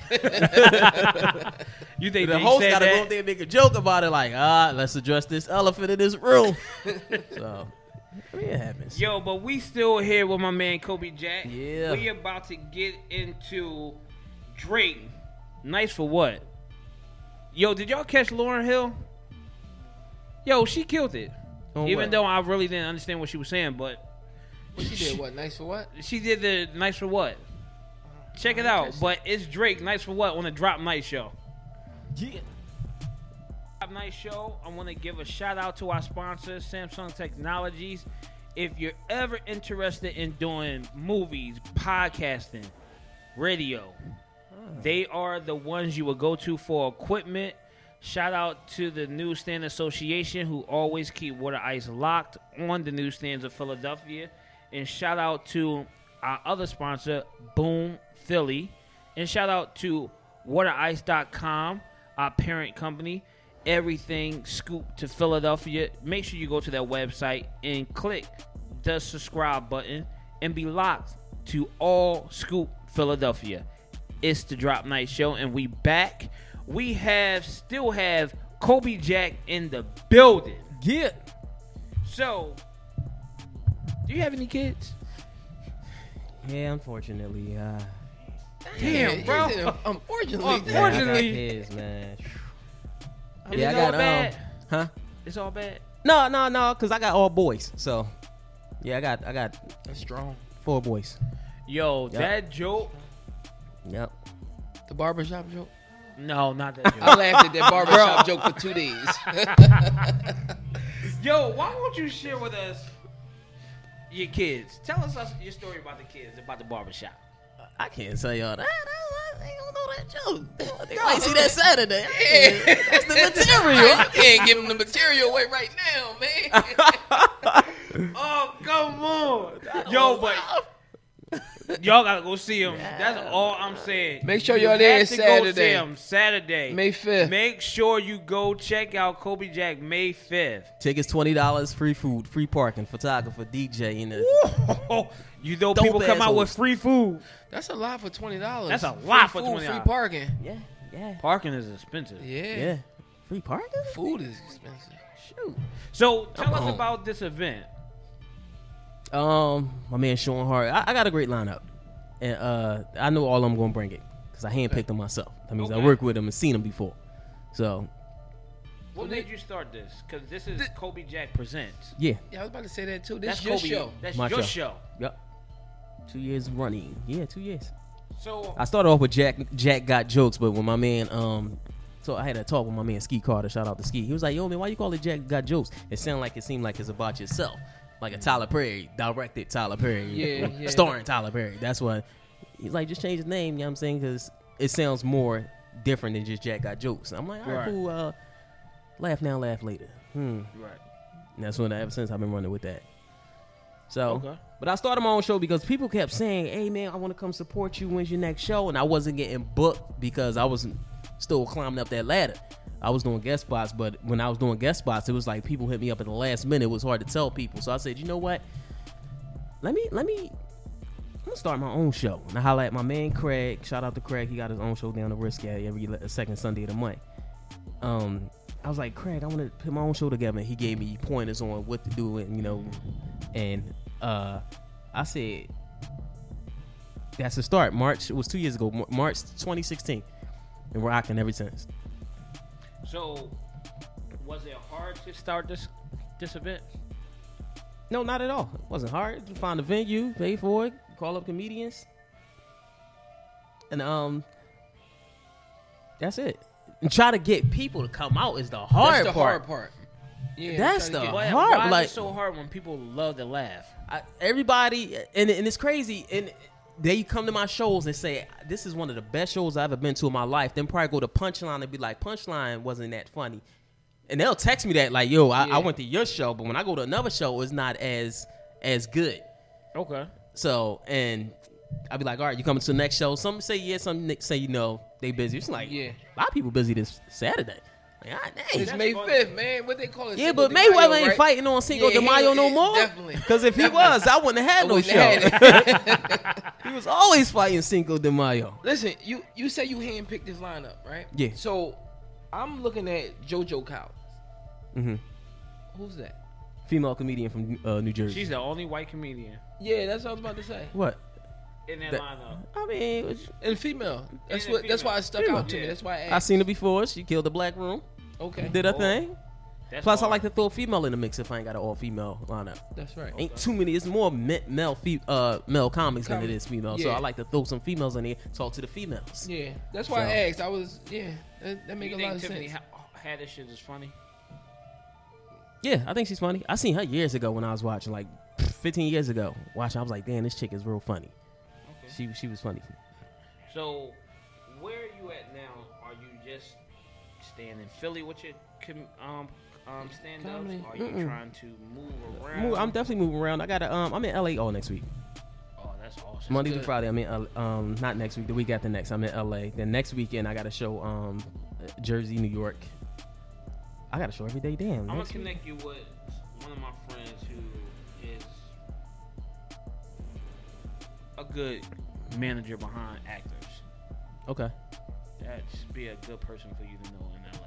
Speaker 4: You think
Speaker 7: the
Speaker 4: they
Speaker 7: host
Speaker 4: said
Speaker 7: gotta
Speaker 4: that?
Speaker 7: go up there and make a joke about it, like, "Ah, let's address this elephant in this room." so, I mean, it happens.
Speaker 4: Yo, but we still here with my man Kobe Jack.
Speaker 7: Yeah.
Speaker 4: We about to get into Drake. Nice for what? Yo, did y'all catch Lauren Hill? Yo, she killed it.
Speaker 7: On
Speaker 4: Even
Speaker 7: what?
Speaker 4: though I really didn't understand what she was saying, but
Speaker 5: What she did? What? Nice for what?
Speaker 4: she did the nice for what? Check it out. But it's Drake, nice for what on the Drop Night Show.
Speaker 7: Yeah.
Speaker 4: Top Night Show. I want to give a shout out to our sponsor, Samsung Technologies. If you're ever interested in doing movies, podcasting, radio, they are the ones you will go to for equipment. Shout out to the Newsstand Association who always keep water ice locked on the newsstands of Philadelphia. And shout out to our other sponsor, Boom Philly. And shout out to waterice.com, our parent company. Everything scoop to Philadelphia. Make sure you go to that website and click the subscribe button and be locked to all Scoop Philadelphia. It's the Drop Night Show, and we back. We have still have Kobe Jack in the building.
Speaker 7: Yeah.
Speaker 4: So, do you have any kids?
Speaker 7: Yeah, unfortunately. Uh,
Speaker 4: Damn,
Speaker 5: Yeah,
Speaker 4: bro.
Speaker 5: he said, Unfortunately,
Speaker 7: yeah, I got
Speaker 4: Unfortunately-
Speaker 7: kids, man.
Speaker 4: I
Speaker 7: Yeah, I
Speaker 4: it's
Speaker 7: got,
Speaker 4: all bad.
Speaker 7: um, Huh?
Speaker 4: It's all bad.
Speaker 7: No, no, no, because I got all boys. So, yeah, I got I got
Speaker 5: that's strong.
Speaker 7: four boys.
Speaker 4: Yo,
Speaker 7: Yeah.
Speaker 4: that joke.
Speaker 7: Yep.
Speaker 5: The barbershop joke.
Speaker 4: No, not that
Speaker 5: I
Speaker 4: joke.
Speaker 5: laughed at that barbershop joke for two days.
Speaker 4: Yo, why won't you share with us your kids? Tell us us- your story about the kids, about the barbershop.
Speaker 7: I can't tell y'all that. They don't know that joke. They might see that Saturday. That's the material.
Speaker 5: you can't give him the material away right now, man.
Speaker 4: Oh, come on. Yo, but y'all gotta go see him. That's all I'm saying.
Speaker 5: Make sure
Speaker 4: You
Speaker 5: y'all there
Speaker 4: have to Go see
Speaker 5: Saturday.
Speaker 4: him Saturday.
Speaker 5: May 5th.
Speaker 4: Make sure you go check out Kobe Jack May 5th.
Speaker 7: Tickets twenty dollars, free food, free parking, photographer, DJ, and the
Speaker 4: Oh, you know
Speaker 7: Dope
Speaker 4: people come out
Speaker 7: assholes.
Speaker 4: with free food.
Speaker 5: That's a lot for twenty dollars.
Speaker 4: That's a lot for
Speaker 5: Free
Speaker 4: $20.
Speaker 5: parking.
Speaker 7: yeah, yeah,
Speaker 4: Parking is expensive.
Speaker 5: Yeah.
Speaker 7: yeah. Free parking.
Speaker 5: Food is expensive.
Speaker 7: Shoot.
Speaker 4: So tell
Speaker 7: Come
Speaker 4: us
Speaker 7: on.
Speaker 4: about this event.
Speaker 7: Um, my man Sean Hart. I, I got a great lineup, and uh, I know all I'm gonna bring it because I handpicked them myself. That means
Speaker 4: Okay.
Speaker 7: I worked with them and seen them before. So
Speaker 4: What made you start this? Because this is Kobe Jack Presents.
Speaker 7: yeah,
Speaker 5: Yeah, I was about to say that too.
Speaker 4: That's
Speaker 5: This is your
Speaker 4: Kobe.
Speaker 5: show.
Speaker 4: That's
Speaker 7: My
Speaker 4: your show.
Speaker 7: show. yep. Two years running. Yeah, two years.
Speaker 4: So
Speaker 7: I started off with Jack. Jack got jokes, but when my man um. So I had a talk with my man Ski Carter. Shout out to Ski. He was like, "Yo, man, why you call it Jack Got Jokes? It sound like it seemed like it's about yourself, like a Tyler Perry directed Tyler Perry,
Speaker 5: Yeah, yeah.
Speaker 7: starring Tyler Perry. That's why he's like, just change the name. You know what I'm saying? Because it sounds more different than just Jack Got Jokes. I'm like, all right,
Speaker 4: Right.
Speaker 7: cool. Uh, laugh now, laugh later. Hmm.
Speaker 4: right.
Speaker 7: And that's when ever since I've been running with that. So,
Speaker 4: Okay.
Speaker 7: but I started my own show because people kept saying, "Hey man, I want to come support you. When's your next show?" And I wasn't getting booked because I was still climbing up that ladder. I was doing guest spots, but when I was doing guest spots, it was like people hit me up at the last minute. It was hard to tell people, so I said, "You know what? Let me let me I'm gonna start my own show. And I holla at my man Craig. Shout out to Craig. He got his own show down the risk at every le- second Sunday of the month. Um, I was like, Craig, I want to put my own show together. And he gave me pointers on what to do, and you know, and uh, I said, that's the start. March it was two years ago, Mar- March 2016, and we're rocking ever since.
Speaker 4: So was it hard to start this this event?
Speaker 7: No, not at all. It wasn't hard. You find a venue, pay for it, call up comedians, and um, that's it. And try to get people to come out is the hard
Speaker 5: That's the
Speaker 7: part.
Speaker 5: hard part. Yeah,
Speaker 7: That's
Speaker 5: trying to
Speaker 7: the
Speaker 5: get-
Speaker 4: Why,
Speaker 7: hard.
Speaker 4: why
Speaker 7: like
Speaker 4: is it so hard when people love to laugh?
Speaker 7: I, everybody, and and it's crazy. And they come to my shows and say, "This is one of the best shows I've ever been to in my life." Then probably go to Punchline and be like, "Punchline wasn't that funny," and they'll text me that like, "Yo, I,
Speaker 5: Yeah.
Speaker 7: I went to your show, but when I go to another show, it's not as as good."
Speaker 4: Okay.
Speaker 7: So and I'll be like, all right, you coming to the next show? Some say yes, some ni- say no. They busy. It's like
Speaker 5: Yeah.
Speaker 7: a lot of people busy this Saturday. Like, God dang.
Speaker 5: It's May fifth, man. What they call it?
Speaker 7: yeah,
Speaker 5: Cinco
Speaker 7: but
Speaker 5: de Mayo,
Speaker 7: Mayweather ain't
Speaker 5: right?
Speaker 7: fighting on Cinco
Speaker 5: Yeah,
Speaker 7: de Mayo
Speaker 5: he-
Speaker 7: no
Speaker 5: he-
Speaker 7: more.
Speaker 5: definitely.
Speaker 7: Because if he was, I wouldn't have
Speaker 5: I
Speaker 7: had no
Speaker 5: wouldn't
Speaker 7: show.
Speaker 5: have had it.
Speaker 7: he was always fighting Cinco de Mayo.
Speaker 5: Listen, you you say you handpicked this lineup, right?
Speaker 7: Yeah.
Speaker 5: So I'm looking at JoJo Cow.
Speaker 7: hmm
Speaker 5: Who's that?
Speaker 7: Female comedian from uh, New Jersey.
Speaker 4: She's the only white comedian
Speaker 5: Yeah, that's what I was about to say.
Speaker 7: what?
Speaker 4: in that,
Speaker 7: That-
Speaker 4: lineup.
Speaker 7: I mean, it was-
Speaker 5: And female. That's
Speaker 4: And
Speaker 5: what. That's
Speaker 4: female.
Speaker 5: why it stuck
Speaker 7: Female.
Speaker 5: out to me.
Speaker 4: Yeah.
Speaker 5: That's why I
Speaker 7: I
Speaker 5: asked.
Speaker 7: seen her before. She killed the black room.
Speaker 5: Okay.
Speaker 7: Did her
Speaker 4: Oh.
Speaker 7: thing.
Speaker 4: That's
Speaker 7: Plus, I
Speaker 4: hard.
Speaker 7: like to throw a female in the mix if I ain't got an all female lineup.
Speaker 5: That's right.
Speaker 7: Ain't too many. It's more me- male fe- uh male comics than it
Speaker 5: Comic-
Speaker 7: is female. So
Speaker 5: yeah.
Speaker 7: I like to throw some females in here, talk to the females.
Speaker 5: Yeah. That's why I
Speaker 7: So-
Speaker 5: asked. I was. Yeah. That, that
Speaker 4: Do
Speaker 5: make
Speaker 4: you
Speaker 5: a lot
Speaker 4: think
Speaker 5: of
Speaker 4: Tiffany
Speaker 5: sense.
Speaker 4: Ha- Haddish is funny?
Speaker 7: Yeah, I think she's funny. I seen her years ago when I was watching, like 15 years ago. Watching, I was like, damn, this chick is real funny.
Speaker 4: Okay.
Speaker 7: She she was funny.
Speaker 4: So, where are you at now? Are you just staying in Philly with your com- um um stand ups?
Speaker 5: Comedy.
Speaker 4: Are you
Speaker 7: Mm-mm.
Speaker 4: trying to move around?
Speaker 7: Move- I'm definitely moving around. I got to um, I'm in LA all next week,
Speaker 4: oh, that's awesome.
Speaker 7: Monday through
Speaker 5: good.
Speaker 7: Friday. I'm in L- um, not next week, the week after next. I'm in LA. Then next weekend I got a show um, Jersey, New York. I got a show every day. Damn.
Speaker 4: I'm gonna
Speaker 7: next week.
Speaker 4: connect you with one of my friends who is a good manager behind actors.
Speaker 7: Okay.
Speaker 4: That should be a good person for you to know in LA.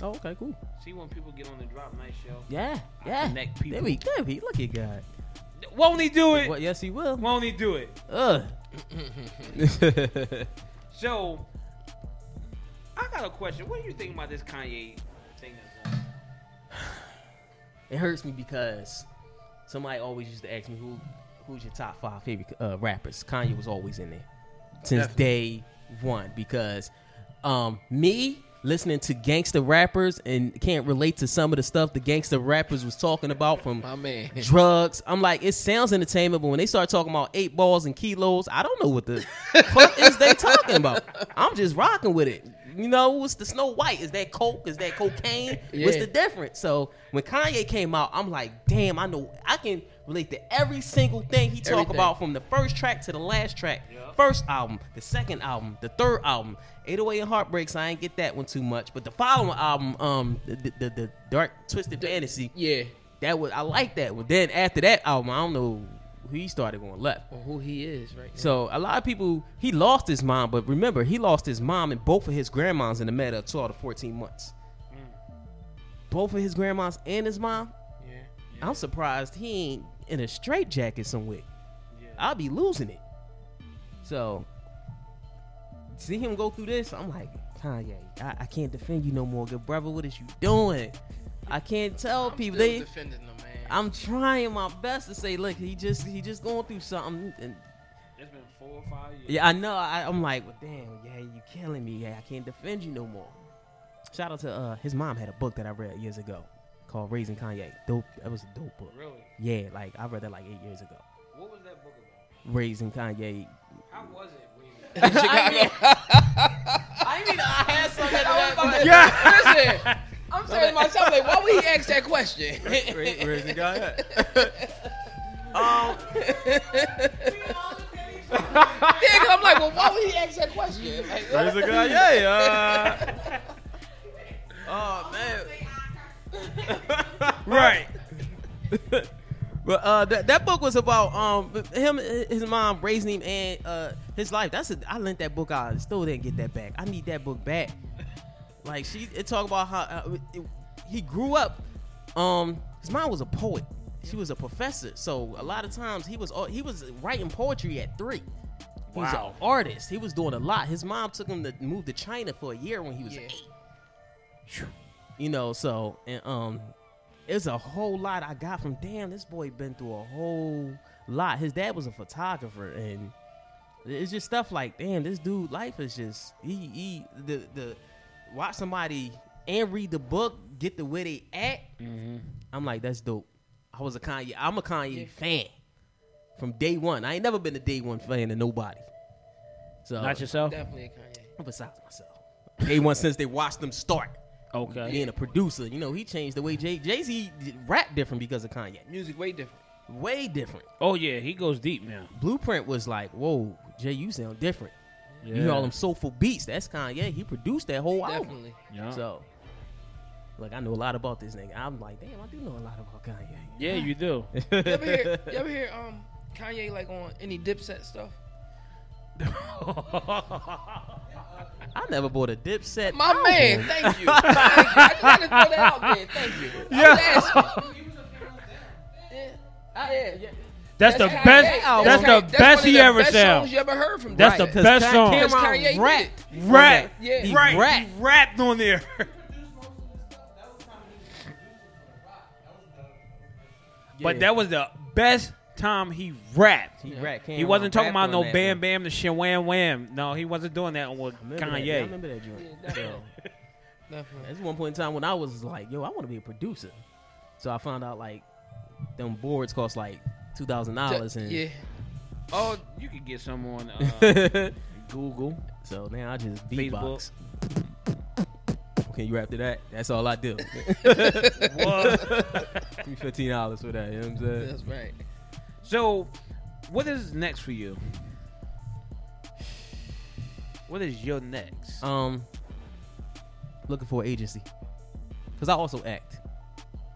Speaker 7: Oh, okay, cool.
Speaker 4: See when people get on the drop night show.
Speaker 7: Yeah,
Speaker 4: I
Speaker 7: yeah.
Speaker 4: connect people.
Speaker 7: There we go. He- Look at God.
Speaker 4: Won't he do it?
Speaker 7: Well, yes, he will.
Speaker 4: Won't he do it?
Speaker 7: Ugh.
Speaker 4: So, I got a question. What do you think about this Kanye thing? That's going
Speaker 7: it hurts me because somebody always used to ask me who who's your top five favorite uh, rappers. Kanye was always in there since day one because um, me listening to gangster rappers and can't relate to some of the stuff the gangster rappers was talking about from
Speaker 5: My man.
Speaker 7: drugs. I'm like, it sounds entertainment, but when they start talking about eight balls and kilos, I don't know what the fuck is they talking about. I'm just rocking with it. You know, what's the Snow White? Is that coke? Is that cocaine? What's
Speaker 5: Yeah.
Speaker 7: the difference? So when Kanye came out, I'm like, damn, I know I can relate to every single thing he talk
Speaker 5: Everything.
Speaker 7: about from the first track to the last track.
Speaker 4: Yeah.
Speaker 7: First album, the second album, the third album, 808 and Heartbreaks. I ain't get that one too much, but the following album, um, the the, the, the Dark Twisted Fantasy,
Speaker 5: Yeah.
Speaker 7: that was I like that one. Then after that album, I don't know who he started going left.
Speaker 5: Or who he is, right? now.
Speaker 7: So a lot of people he lost his mom, but remember he lost his mom and both of his grandmas in the matter of twelve to fourteen months.
Speaker 5: Mm.
Speaker 7: Both of his grandmas and his mom.
Speaker 5: Yeah.
Speaker 7: I'm surprised he ain't in a straitjacket somewhere.
Speaker 4: Yeah.
Speaker 7: I'll be losing it. So see him go through this, I'm like Kanye, I, I can't defend you no more, good brother. What is you doing? I can't tell
Speaker 5: I'm
Speaker 7: people.
Speaker 5: still
Speaker 7: They,
Speaker 5: defending them, man.
Speaker 7: I'm trying my best to say, look, he just he just going through something. And
Speaker 4: It's been four or five years.
Speaker 7: yeah, I know. I, I'm like, well, damn, yeah, you killing me. Yeah, I can't defend you no more. Shout out to uh, his mom had a book that I read years ago called Raising Kanye. Dope. That was a dope book.
Speaker 4: Really?
Speaker 7: Yeah, like I read that like eight years ago.
Speaker 4: What was that book about?
Speaker 7: Raising Kanye.
Speaker 4: How was it? reading that?
Speaker 7: I mean, I had some.
Speaker 5: yeah. Listen, I'm saying to myself, like, why would he ask that question?
Speaker 7: Raising Kanye.
Speaker 5: Yeah, 'cause I'm like, well, why would he ask that question? Like,
Speaker 7: Raising Kanye. Uh... oh man.
Speaker 4: Right.
Speaker 7: But uh, that that book was about um him, his mom raising him, and uh his life. That's a, I lent that book out. I still didn't get that back. I need that book back. Like she, it talk about how uh, it- he grew up. Um, his mom was a poet. She was a professor, so a lot of times he was al- he was writing poetry at three. He was
Speaker 4: Wow.
Speaker 7: an artist. He was doing a lot. His mom took him to move to China for a year when he was
Speaker 5: yeah.
Speaker 7: eight you know so and um it's a whole lot i got from damn this boy been through a whole lot his dad was a photographer and it's just stuff like damn this dude life is just he, he the the watch somebody and read the book get to where they at, Mm-hmm. I'm like, that's dope. I was a Kanye. I'm a Kanye fan from day one. I ain't never been a day one fan of nobody. So
Speaker 4: Not yourself.
Speaker 5: Definitely a Kanye.
Speaker 7: besides myself. Day one since they watched them start
Speaker 4: Okay.
Speaker 7: being a producer. You know, he changed the way Jay Jay Z rap different because of Kanye.
Speaker 5: Music way different.
Speaker 7: Way different.
Speaker 4: Oh yeah, he goes deep now.
Speaker 7: Blueprint was like, whoa, Jay, you sound different.
Speaker 4: Yeah.
Speaker 7: You hear all them soulful beats. That's Kanye. He produced that whole album.
Speaker 5: Definitely.
Speaker 4: Yeah.
Speaker 7: So, like, I know a lot about this nigga. I'm like, damn, I do know a lot about Kanye.
Speaker 4: yeah, you do.
Speaker 5: You ever hear? You ever hear? Um, Kanye like on any Dipset stuff?
Speaker 7: I never bought a Dipset.
Speaker 5: My man, thank you. Thank you. I just had to throw that out there. Thank you. I was asking. Yeah. I- yeah, yeah.
Speaker 4: That's the
Speaker 5: Kanye.
Speaker 4: best. That's
Speaker 5: Kanye.
Speaker 4: the best
Speaker 5: one of
Speaker 4: he
Speaker 5: the
Speaker 4: ever
Speaker 5: best
Speaker 4: sound.
Speaker 5: Songs you ever heard from?
Speaker 4: That's
Speaker 5: Dipset.
Speaker 4: the best song.
Speaker 5: Because
Speaker 7: Cameron
Speaker 5: Kanye did
Speaker 7: rap.
Speaker 5: it.
Speaker 4: Rap.
Speaker 5: Yeah. He
Speaker 4: Right.
Speaker 7: rapped.
Speaker 4: He rapped on there. But that was the best time he rapped.
Speaker 7: He rapped.
Speaker 4: He
Speaker 7: Cameron
Speaker 4: wasn't talking
Speaker 7: rapped
Speaker 4: about
Speaker 7: on
Speaker 4: no
Speaker 7: that
Speaker 4: bam
Speaker 7: one.
Speaker 4: bam to shit wham wham. No, he wasn't doing that with
Speaker 7: Remember that, yeah, I
Speaker 4: Kanye.
Speaker 7: remember that joint.
Speaker 5: definitely.
Speaker 7: So,
Speaker 5: Definitely.
Speaker 7: That's one point in time when I was like, yo, I want to be a producer. So I found out like them boards cost like two thousand dollars and
Speaker 5: Yeah.
Speaker 4: Oh, you could get some on uh, Google.
Speaker 7: so now I just
Speaker 4: Facebook.
Speaker 7: beatbox. Okay, you after that? That's all I do.
Speaker 4: What?
Speaker 7: Give me fifteen dollars for that. You know what I'm saying?
Speaker 5: That's right.
Speaker 4: so, what is next for you? What is your next?
Speaker 7: Um, looking for an agency because I also act.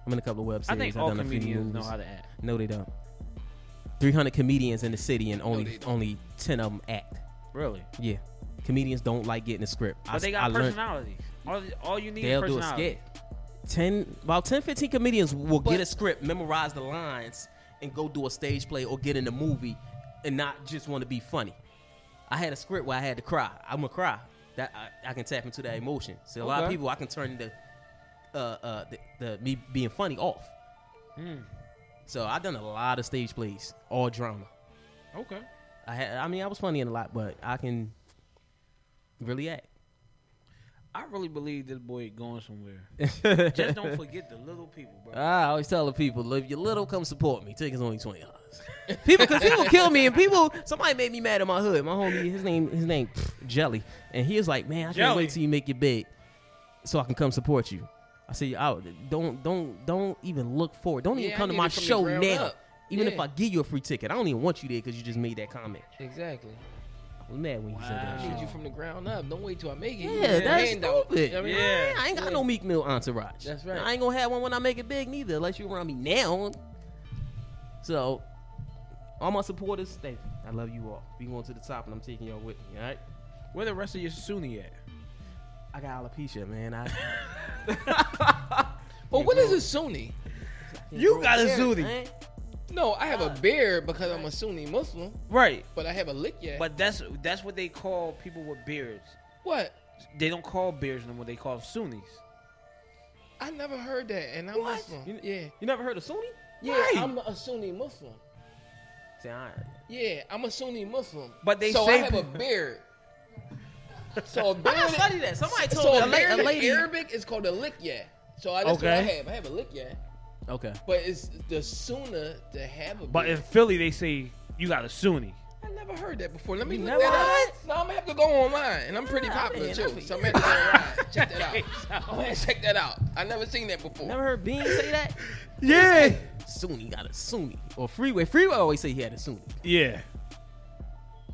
Speaker 7: I'm in a couple of web
Speaker 4: I
Speaker 7: series.
Speaker 4: think
Speaker 7: I've
Speaker 4: all
Speaker 7: done a few
Speaker 4: comedians know
Speaker 7: movies.
Speaker 4: how to act.
Speaker 7: No, they don't. Three hundred comedians in the city, and only
Speaker 5: they don't.
Speaker 7: only ten of them act.
Speaker 4: Really?
Speaker 7: Yeah, comedians don't like getting a script.
Speaker 4: But they got personality. All, all you need is
Speaker 7: they'll do a
Speaker 4: personality.
Speaker 7: skit. 10 about 10 15 comedians will
Speaker 5: But-
Speaker 7: get a script memorize the lines and go do a stage play or get in a movie and not just want to be funny i had a script where i had to cry i'm gonna cry that i, I can tap into that emotion so a lot of
Speaker 4: Okay.
Speaker 7: people i can turn the uh uh the, the me being funny off so i done a lot of stage plays all drama
Speaker 4: Okay.
Speaker 7: i had i mean i was funny in a lot but i can really act
Speaker 4: I really believe this boy going somewhere. Just don't forget the little people, bro.
Speaker 7: I always tell the people, if you're little, come support me. Tickets only twenty dollars. People, cause people kill me, and people. Somebody made me mad in my hood. My homie, his name, his name pff, Jelly, and he was like, "Man, I can't
Speaker 4: Jelly.
Speaker 7: wait till you make your bed, so I can come support you." I said, "I don't, don't, don't even look forward. Don't
Speaker 5: Yeah,
Speaker 7: even
Speaker 5: I
Speaker 7: come to
Speaker 5: need
Speaker 7: my
Speaker 5: it from the
Speaker 7: show
Speaker 5: ground
Speaker 7: now.
Speaker 5: up.
Speaker 7: Even
Speaker 5: Yeah.
Speaker 7: if I give you a free ticket, I don't even want you there because you just made that comment.
Speaker 5: Exactly.
Speaker 7: I was mad when you said that."
Speaker 5: I need
Speaker 7: Shit.
Speaker 5: you from the ground up. Don't wait till I make it. You
Speaker 7: Yeah,
Speaker 5: need a
Speaker 7: that's
Speaker 5: handout.
Speaker 7: stupid.
Speaker 5: You know what I mean?
Speaker 4: Yeah.
Speaker 7: I ain't got no Meek Mill entourage.
Speaker 5: That's right.
Speaker 7: I ain't gonna have one when I make it big neither, unless you around me now. So, all my supporters, thank you. I love you all. We going to the top, and I'm taking y'all with me. All right.
Speaker 4: Where the rest of your Sunni at?
Speaker 7: I got alopecia, man. I
Speaker 5: But what is a Sunni?
Speaker 4: You got a
Speaker 7: I
Speaker 4: Sunni,
Speaker 7: ain't-
Speaker 5: No, I have a beard because I'm a Sunni Muslim,
Speaker 4: right?
Speaker 5: but I have a lick yet.
Speaker 4: But that's that's what they call people with beards.
Speaker 5: what?
Speaker 4: They don't call beards no more. They call Sunnis.
Speaker 5: I never heard that, and I'm
Speaker 7: What?
Speaker 5: Muslim.
Speaker 7: You-
Speaker 5: Yeah,
Speaker 7: You never heard of Sunni?
Speaker 5: yeah.
Speaker 4: Right.
Speaker 5: I'm a Sunni Muslim.
Speaker 7: See, I,
Speaker 5: Yeah, I'm a Sunni Muslim.
Speaker 4: But they
Speaker 5: so
Speaker 4: say-
Speaker 5: I have a beard. So a
Speaker 7: I gotta
Speaker 5: beard.
Speaker 7: study that. Somebody told
Speaker 5: so
Speaker 7: me
Speaker 5: a
Speaker 7: a, la-
Speaker 5: beard
Speaker 7: a lady.
Speaker 5: in Arabic is called a lick yet. So I, that's what I
Speaker 4: Okay.
Speaker 5: have. I have a lick yet.
Speaker 7: Okay.
Speaker 5: But it's the sooner to have a
Speaker 4: But in
Speaker 5: beard.
Speaker 4: Philly, they say you got a Sunni.
Speaker 5: I never heard that before. Let me
Speaker 7: You
Speaker 5: look
Speaker 7: never-
Speaker 5: that
Speaker 7: What?
Speaker 5: up. No, I'm gonna have to go online, and I'm pretty
Speaker 7: Yeah, I
Speaker 5: popular
Speaker 7: mean,
Speaker 5: too.
Speaker 7: that's
Speaker 5: So I'm
Speaker 7: what
Speaker 5: gonna have to go online. Check that out. I'm gonna check that out. I never seen that before.
Speaker 7: Never heard Bean say that.
Speaker 4: Yeah,
Speaker 7: Sunni got a Sunni or Freeway. Freeway always say he had a Sunni.
Speaker 4: yeah.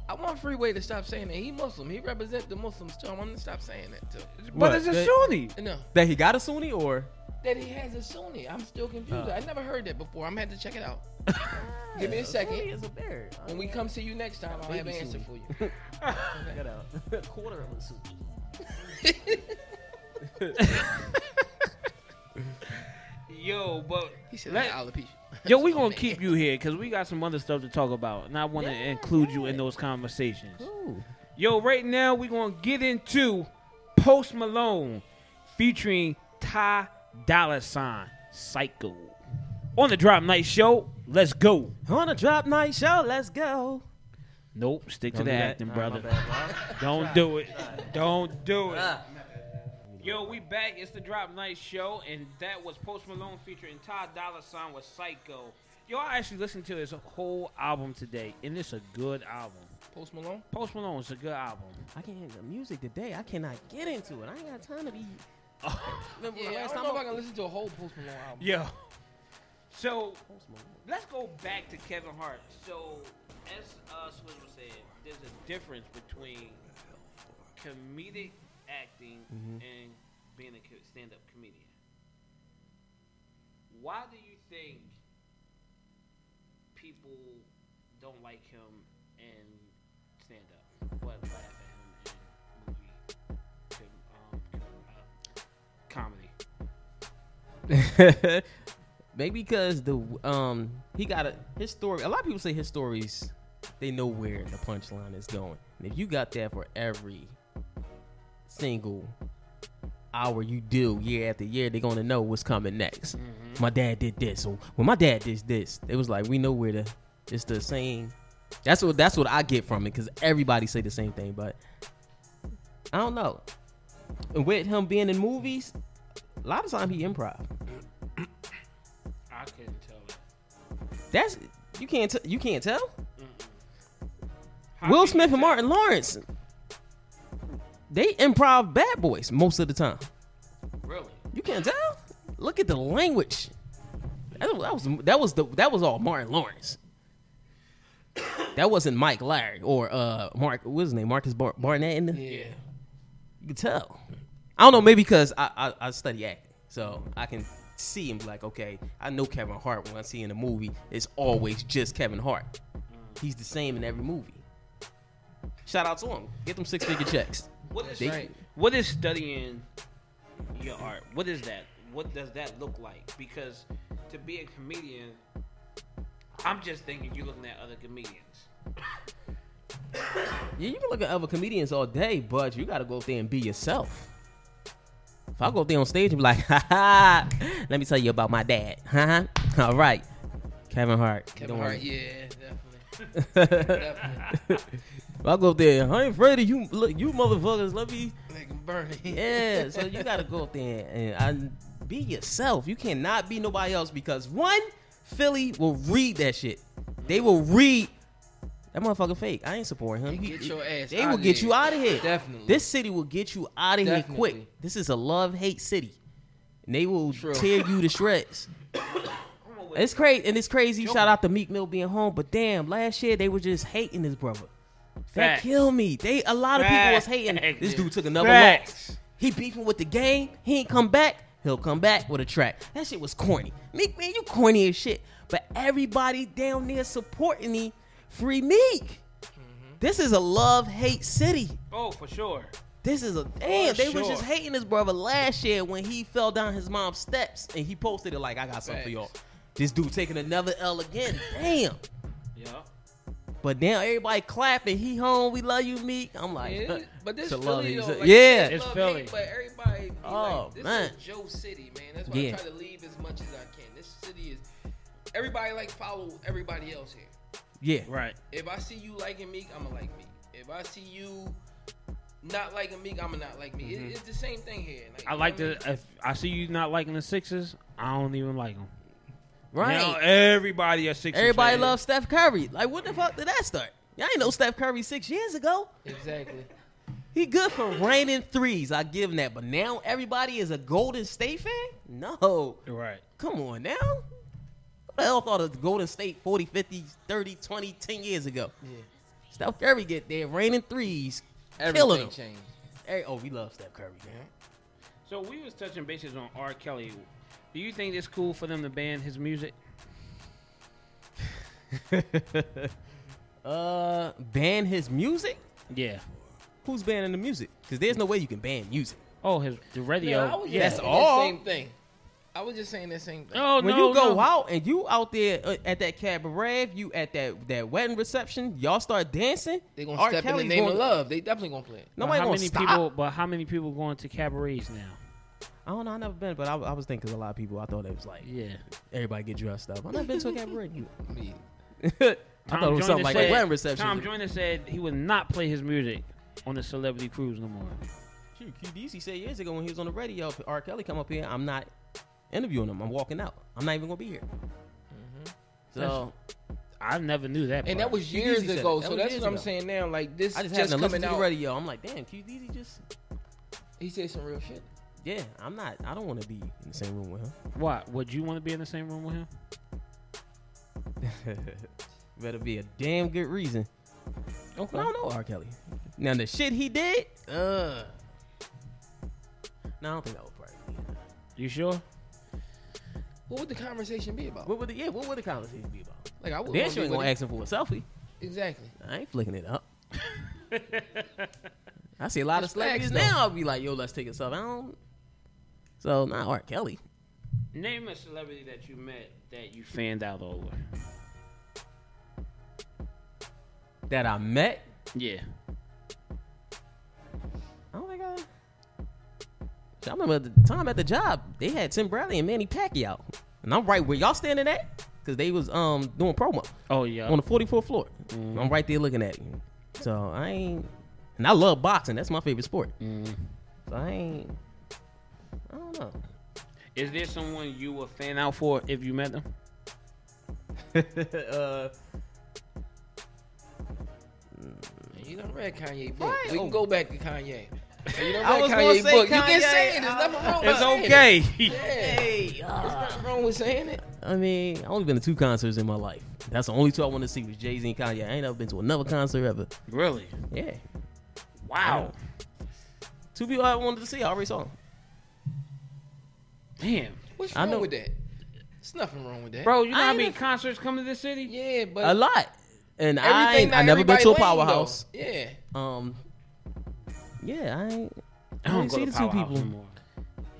Speaker 5: I want Freeway to stop saying that. He Muslim. He represents the Muslims too. I want him to stop saying that too.
Speaker 4: But
Speaker 7: What?
Speaker 4: it's a
Speaker 7: That-
Speaker 4: Sunni.
Speaker 5: No,
Speaker 7: That he got a Sunni or
Speaker 5: that he has a Sunni. I'm still confused.
Speaker 7: Oh.
Speaker 5: I never heard that before. I'm gonna have to check it out. Give me a
Speaker 7: Sunni
Speaker 5: second.
Speaker 7: is a bear.
Speaker 5: When we come see you next time, I'll have an
Speaker 7: Baby
Speaker 5: answer for
Speaker 7: Sunni.
Speaker 5: you.
Speaker 7: got a quarter of a Sunni.
Speaker 4: Yo, but
Speaker 5: He said
Speaker 4: let-
Speaker 5: that alopecia.
Speaker 4: yo, we gonna keep you here because we got some other stuff to talk about, and I want to include you in those conversations.
Speaker 7: Ooh.
Speaker 4: Yo, right now we gonna get into Post Malone featuring Ty Dolla Sign, Psycho, on the Drop Night Show. Let's go.
Speaker 7: On a drop night show, let's go.
Speaker 4: Nope, stick to
Speaker 7: do
Speaker 5: Oh,
Speaker 4: the
Speaker 7: that.
Speaker 4: acting,
Speaker 7: All right, my
Speaker 4: brother. Don't do it. Don't do it. Yo, we back. It's the Drop Night Show, and that was Post Malone featuring Todd Dollar Sign with Psycho. Yo, I actually listened to his whole album today, and it's a good album.
Speaker 5: Post Malone.
Speaker 4: Post Malone is a good album.
Speaker 7: I can't the music today. I cannot get into it. I ain't got time to be. Remember
Speaker 5: Oh, Yeah, I
Speaker 7: last
Speaker 5: don't
Speaker 7: time
Speaker 5: know if
Speaker 7: I-
Speaker 5: I can listen to a whole Post Malone album.
Speaker 4: Yo. So
Speaker 7: Post Malone.
Speaker 4: let's go back to Kevin Hart. So, as uh, Swizz was saying, there's a difference between comedic acting and being a co- stand-up comedian. Why do you think people don't like him and stand-up? What laugh at him in movie com- um, com- uh, comedy?
Speaker 7: Maybe because the um he got a his story. A lot of people say his stories, they know where the punchline is going. And if you got that for every single hour you do year after year, they're gonna know what's coming next. My dad did this, or when my dad did this, it was like we know where the it's the same. That's what that's what I get from it because everybody say the same thing, but I don't know. And with him being in movies, a lot of time he improv.
Speaker 4: I couldn't tell it.
Speaker 7: That's you can't t- you can't tell. Will Smith and Martin Lawrence, they improv bad boys most of the time.
Speaker 4: Really?
Speaker 7: You can't tell. Look at the language. That was that was, that was the that was all Martin Lawrence. That wasn't Mike Larry or uh Mark. What's his name? Marcus Bar- Barnett. In the,
Speaker 5: Yeah.
Speaker 7: You can tell. I don't know. Maybe because I, I I study acting, so I can see and be like, okay, I know Kevin Hart. When I see in a movie, it's always just Kevin Hart. He's the same in every movie. Shout out to him. Get them six figure checks.
Speaker 4: What is
Speaker 7: They-
Speaker 5: Right.
Speaker 4: what is studying your art? What is that? What does that look like? Because to be a comedian, I'm just thinking you're looking at other comedians.
Speaker 7: Yeah, you can look at other comedians all day, but you gotta go up there and be yourself. If I go up there on stage and be like, ha ha, let me tell you about my dad. Huh? All right. Kevin Hart.
Speaker 5: Kevin Hart. Yeah, definitely.
Speaker 7: Yeah.
Speaker 5: definitely.
Speaker 7: if I go up there, I ain't afraid of you look you motherfuckers, let me
Speaker 5: Like Bernie.
Speaker 7: Yeah. So you gotta go up there and I, be yourself. You cannot be nobody else because one, Philly will read that shit. They will read that motherfucker fake. I ain't supporting him.
Speaker 5: And
Speaker 7: He-
Speaker 5: get your ass
Speaker 7: They
Speaker 5: outta
Speaker 7: will get
Speaker 5: here.
Speaker 7: you out of here.
Speaker 5: Definitely.
Speaker 7: This city will get you out of here
Speaker 5: Definitely.
Speaker 7: quick. This is a love hate city. And they will
Speaker 5: True.
Speaker 7: tear you to shreds.
Speaker 4: I'm gonna wait.
Speaker 7: It's crazy and it's crazy. Shout out to Meek Mill being home, but damn, last year they were just hating his brother. That
Speaker 4: Facts.
Speaker 7: killed me. They a lot of people was hating.
Speaker 4: Facts.
Speaker 7: This dude took another
Speaker 4: Facts.
Speaker 7: loss. He beefing with the game. He ain't come back. He'll come back with a track. That shit was corny. Meek, man, you corny as shit. But everybody down there supporting me. Free Meek.
Speaker 5: Mm-hmm.
Speaker 7: This is a love hate city.
Speaker 4: Oh, for sure.
Speaker 7: This is a damn. they was
Speaker 4: sure.
Speaker 7: just hating his brother last year when he fell down his mom's steps and he posted it like, "I got something for y'all." This dude taking another L again. damn.
Speaker 4: Yeah.
Speaker 7: But now everybody clapping. He home. We love you, Meek. I'm like,
Speaker 5: Yeah, but this
Speaker 7: to
Speaker 5: Philly
Speaker 7: love
Speaker 5: though,
Speaker 7: you.
Speaker 5: like,
Speaker 7: yeah.
Speaker 5: this
Speaker 4: It's
Speaker 5: love
Speaker 4: Philly.
Speaker 5: hate, but everybody be
Speaker 7: Oh,
Speaker 5: like, this
Speaker 7: man.
Speaker 5: is Joe City, man. That's why
Speaker 7: Yeah.
Speaker 5: I try to leave as much as I can. This city is everybody like follow everybody else here.
Speaker 7: yeah.
Speaker 4: Right.
Speaker 5: If I see you liking Meek, I'ma like Meek. If I see you not liking Meek, I'ma not like Meek. It-
Speaker 7: Mm-hmm.
Speaker 5: it's the same thing here. Like,
Speaker 4: I
Speaker 5: you
Speaker 4: like
Speaker 5: know what
Speaker 4: the. If I see you not liking the Sixers, I don't even like them.
Speaker 7: Right.
Speaker 4: Now everybody a Sixers.
Speaker 7: everybody
Speaker 4: fan.
Speaker 7: loves Steph Curry. Like, what the fuck did that start? Y'all ain't know Steph Curry six years ago.
Speaker 5: I mean? Exactly.
Speaker 7: He good for raining threes. I give him that. But now everybody is a Golden State fan. No.
Speaker 4: Right.
Speaker 7: Come on now. Who the hell thought of Golden State 40, 50, 30, 20, 10 years ago? Steph Curry get there, raining threes, killing
Speaker 5: Everything
Speaker 7: them.
Speaker 5: changed.
Speaker 7: Hey, oh, we love Steph Curry, man.
Speaker 4: So we was touching bases on R. Kelly. Do you think it's cool for them to ban his music?
Speaker 7: Uh, ban his music?
Speaker 4: Yeah.
Speaker 7: Who's banning the music? Because there's no way you can ban music.
Speaker 4: Oh, his the radio.
Speaker 5: Man, I was just
Speaker 7: That's
Speaker 5: saying
Speaker 7: all.
Speaker 5: The same thing. I was just saying the same thing.
Speaker 4: Oh
Speaker 7: When
Speaker 4: no.
Speaker 7: you go
Speaker 4: no.
Speaker 7: out and you out there uh, at that cabaret, if you at that that wedding reception, y'all start dancing.
Speaker 5: They gonna
Speaker 7: R.
Speaker 5: step in
Speaker 7: Kelly's
Speaker 5: the name
Speaker 7: gonna-
Speaker 5: of love. They definitely gonna play it.
Speaker 4: But
Speaker 7: Nobody
Speaker 4: how
Speaker 7: gonna
Speaker 4: many
Speaker 7: stop.
Speaker 4: people? But how many people going to cabarets now?
Speaker 7: I don't know. I never been, but I, I was thinking 'cause a lot of people. I thought it was like
Speaker 4: Yeah.
Speaker 7: everybody get dressed up. I never been to a cabaret.
Speaker 5: I mean,
Speaker 7: I thought it was something like a wedding reception.
Speaker 4: Tom Joyner said he would not play his music on the celebrity cruise no more.
Speaker 7: Q- QDC said years ago when he was on the radio, if R. Kelly come up here, I'm not interviewing him. I'm walking out. I'm not even gonna be here.
Speaker 4: Mm-hmm.
Speaker 7: So
Speaker 4: I never knew that.
Speaker 5: And that
Speaker 4: part.
Speaker 5: was years
Speaker 7: Yeezy said
Speaker 5: ago.
Speaker 7: that. That
Speaker 5: so
Speaker 7: was
Speaker 5: that's
Speaker 7: years
Speaker 5: what I'm
Speaker 7: ago.
Speaker 5: saying now. Like this,
Speaker 7: I just,
Speaker 5: just,
Speaker 7: happened to listen
Speaker 5: coming
Speaker 7: to the
Speaker 5: out.
Speaker 7: radio. I'm like, damn, QDZ just
Speaker 5: He said some real shit.
Speaker 7: yeah. I'm not. I don't want to be in the same room with him.
Speaker 4: Why? Would you want to be in the same room with him?
Speaker 7: Better be a damn good reason. But I don't know R. Kelly. Now the shit he did, uh. No, I don't think that would probably. Be enough.
Speaker 4: You sure?
Speaker 5: What would the conversation be about?
Speaker 7: What would the yeah? What would the conversation be about?
Speaker 5: Like I would.
Speaker 7: Then
Speaker 5: wanna
Speaker 7: she
Speaker 5: be
Speaker 7: ain't
Speaker 5: with
Speaker 7: gonna
Speaker 5: him.
Speaker 7: ask him for a selfie.
Speaker 5: Exactly.
Speaker 7: I ain't flicking it up. I see a lot
Speaker 5: It's
Speaker 7: of
Speaker 5: facts,
Speaker 7: celebrities
Speaker 5: though.
Speaker 7: now. I'll be like, yo, let's take a selfie. I don't. So not R. Kelly.
Speaker 4: Name a celebrity that you met that you fanned out over.
Speaker 7: That I met.
Speaker 4: Yeah.
Speaker 7: I don't think I. I remember at the time at the job they had Tim Bradley and Manny Pacquiao, and I'm right where y'all standing at because they was um doing promo
Speaker 4: Oh yeah.
Speaker 7: on the 44th floor. I'm right there looking at you. So I ain't, and I love boxing. That's my favorite sport. So I ain't. I don't know.
Speaker 4: Is there someone you would fan out for if you met them?
Speaker 7: uh,
Speaker 5: You done read Kanye book.
Speaker 7: Right.
Speaker 5: We can
Speaker 7: Oh.
Speaker 5: go back to Kanye. You done
Speaker 7: I
Speaker 5: read
Speaker 7: was gonna
Speaker 5: Kanye
Speaker 7: say
Speaker 5: book. You can
Speaker 7: Kanye,
Speaker 5: say it. There's
Speaker 7: uh,
Speaker 5: nothing wrong with
Speaker 4: It's
Speaker 5: saying it.
Speaker 4: okay.
Speaker 5: Yeah. There's nothing wrong with saying it.
Speaker 7: I mean, I only been to two concerts in my life. That's the only two I want to see was Jay Z and Kanye. I ain't never been to another concert ever.
Speaker 4: really?
Speaker 7: Yeah,
Speaker 4: Wow.
Speaker 7: two people I wanted to see. I already saw them.
Speaker 4: Damn.
Speaker 5: What's
Speaker 7: I
Speaker 5: wrong
Speaker 7: know-
Speaker 5: with that? There's nothing wrong with that.
Speaker 4: Bro, you know
Speaker 7: I
Speaker 4: how
Speaker 7: ain't
Speaker 4: many
Speaker 7: a-
Speaker 4: concerts come to this city?
Speaker 5: Yeah, but
Speaker 7: A lot, and I
Speaker 5: everything
Speaker 7: ain't,
Speaker 5: not
Speaker 7: I never been
Speaker 5: everybody
Speaker 7: to a
Speaker 5: lame, though.
Speaker 7: powerhouse.
Speaker 5: Yeah.
Speaker 7: Um, yeah, I ain't.
Speaker 4: I
Speaker 7: I
Speaker 4: don't
Speaker 7: ain't
Speaker 4: go
Speaker 7: see
Speaker 4: to
Speaker 7: the two
Speaker 4: Powerhouse
Speaker 7: people.
Speaker 4: no more.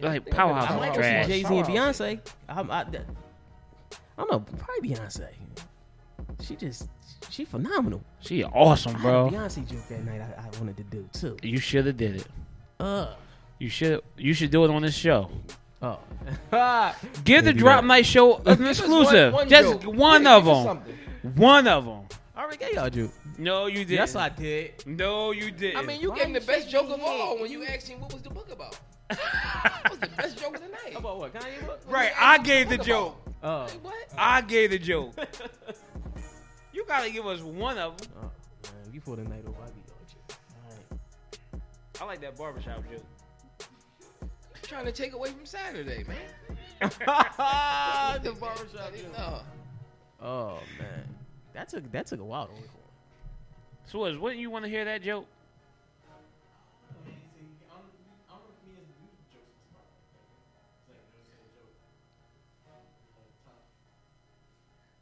Speaker 4: Like
Speaker 5: I've been to
Speaker 4: Powerhouse
Speaker 7: I
Speaker 5: Powerhouse.
Speaker 7: might
Speaker 4: is
Speaker 7: go see
Speaker 4: trash.
Speaker 7: Jay Z and
Speaker 5: Powerhouse.
Speaker 7: Beyonce. I'm, I, that- I don't know, probably Beyonce. She just, she phenomenal.
Speaker 4: She awesome,
Speaker 7: I had a
Speaker 4: bro.
Speaker 7: Beyonce joke that night I, I wanted to do too.
Speaker 4: You should have did it.
Speaker 7: Uh,
Speaker 4: You should you should do it on this show.
Speaker 7: oh,
Speaker 4: Give the
Speaker 7: do
Speaker 4: drop
Speaker 7: that.
Speaker 4: night show an
Speaker 5: Give us
Speaker 4: exclusive.
Speaker 5: one- one
Speaker 4: Just
Speaker 5: joke.
Speaker 4: one
Speaker 5: Yeah,
Speaker 4: of
Speaker 5: give us
Speaker 4: them.
Speaker 5: something.
Speaker 4: One of them.
Speaker 7: I already gave y'all a joke.
Speaker 4: No, you didn't.
Speaker 7: Yes, I did.
Speaker 4: No, you didn't.
Speaker 5: I mean, you gave him the best joke of all when you asked him what was the book about. that was the best joke of the night.
Speaker 7: About what? Kanye? What?
Speaker 8: Right, I gave the joke.
Speaker 7: Oh,
Speaker 5: Like, what?
Speaker 8: I gave the joke. You gotta give us one of them.
Speaker 7: oh man, you pulled the night over. I be on you. All
Speaker 8: I like that barbershop joke.
Speaker 5: trying to take away from Saturday, man.
Speaker 7: right.
Speaker 5: the barbershop. No.
Speaker 7: oh man, that took that took a while to work on.
Speaker 4: So what, wouldn't you want to hear that joke?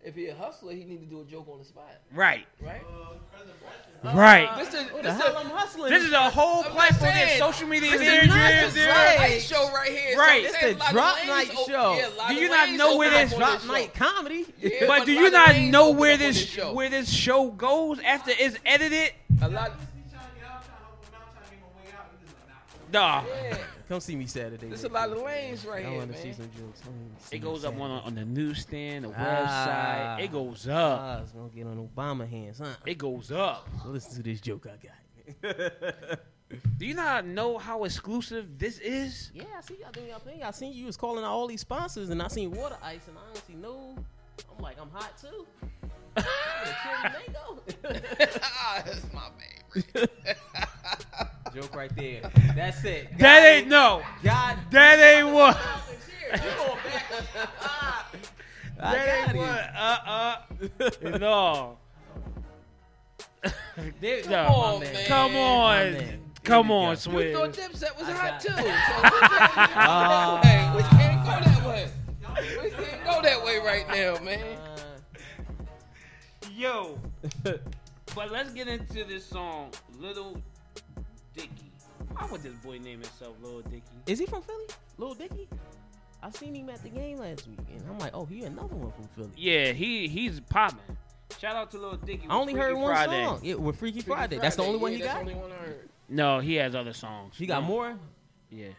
Speaker 5: If he a hustler, he need to do a joke on the spot,
Speaker 8: Right.
Speaker 5: right?
Speaker 4: Right.
Speaker 5: this is
Speaker 7: What Uh, the
Speaker 5: this
Speaker 7: hell? I'm
Speaker 5: is
Speaker 7: hustling.
Speaker 8: This is a whole
Speaker 5: I'm
Speaker 8: platform.
Speaker 5: saying,
Speaker 8: There's social media.
Speaker 7: this is
Speaker 8: There,
Speaker 7: not
Speaker 8: there,
Speaker 7: the
Speaker 8: there.
Speaker 7: same.
Speaker 5: light show right here.
Speaker 8: Right,
Speaker 5: So
Speaker 7: it's
Speaker 5: there's
Speaker 7: the
Speaker 5: a lot of
Speaker 7: drop
Speaker 5: lanes
Speaker 7: night
Speaker 5: op-
Speaker 7: show.
Speaker 5: yeah, a lot
Speaker 8: Do
Speaker 5: of
Speaker 8: you not
Speaker 5: lanes
Speaker 8: know
Speaker 5: open
Speaker 8: where
Speaker 5: up
Speaker 8: this
Speaker 5: on
Speaker 7: drop
Speaker 5: show.
Speaker 7: night comedy.
Speaker 5: Yeah,
Speaker 8: But
Speaker 5: a
Speaker 8: do
Speaker 5: lot
Speaker 8: you
Speaker 5: of
Speaker 8: not
Speaker 5: lanes
Speaker 8: know
Speaker 5: open
Speaker 8: where
Speaker 5: up on
Speaker 8: this
Speaker 5: show?
Speaker 8: where this show goes after it's edited?
Speaker 5: a lot?
Speaker 8: Nah.
Speaker 5: Yeah,
Speaker 7: Come see me Saturday.
Speaker 5: there's a
Speaker 7: night,
Speaker 5: lot of
Speaker 7: please.
Speaker 5: lanes right
Speaker 7: I
Speaker 5: here,
Speaker 7: want to see
Speaker 5: man.
Speaker 7: some jokes. I wanna see
Speaker 4: It goes
Speaker 7: some
Speaker 4: up on on the newsstand, the
Speaker 7: Ah.
Speaker 4: website. It goes up.
Speaker 7: Ah, it's gonna get on Obama hands, huh?
Speaker 4: It goes up.
Speaker 7: Listen to this joke I got.
Speaker 4: Do you not know how exclusive this is?
Speaker 7: Yeah, I see y'all doing y'all thing. I seen you was calling out all these sponsors, and I seen water ice, and I don't see no. I'm like, I'm hot too.
Speaker 5: Ah, that's my favorite.
Speaker 7: joke right there. That's it.
Speaker 8: That ain't no.
Speaker 7: God.
Speaker 8: That ain't what.
Speaker 7: I
Speaker 8: That ain't
Speaker 7: got it.
Speaker 8: what. Uh uh. No. There-
Speaker 5: Come
Speaker 8: no.
Speaker 5: on, man.
Speaker 8: Come
Speaker 7: My
Speaker 8: on.
Speaker 7: man.
Speaker 8: Come
Speaker 7: Here we
Speaker 8: on,
Speaker 7: go.
Speaker 5: You thought
Speaker 8: Swizz.
Speaker 5: Dipset was
Speaker 7: I
Speaker 5: hot
Speaker 7: got-
Speaker 5: too. So we can't, we can't go that way. We can't go that way. We can't go that way right now, man.
Speaker 4: Yo. but let's get into this song, Little Dicky. Why would this boy name himself Little Dicky?
Speaker 7: Is he from Philly? Little Dicky? I seen him at the game last week, and I'm like, oh, he another one from Philly.
Speaker 4: Yeah, he he's popping. Shout out to Little Dicky. with
Speaker 7: I only
Speaker 4: Freaky
Speaker 7: heard one
Speaker 4: Friday.
Speaker 7: song. Yeah, with Freaky, Friday. That's the only one
Speaker 5: yeah,
Speaker 7: he
Speaker 5: that's
Speaker 7: got.
Speaker 5: the only one I heard.
Speaker 4: No, he has other songs.
Speaker 7: He got
Speaker 4: No.
Speaker 7: more.
Speaker 4: Yeah.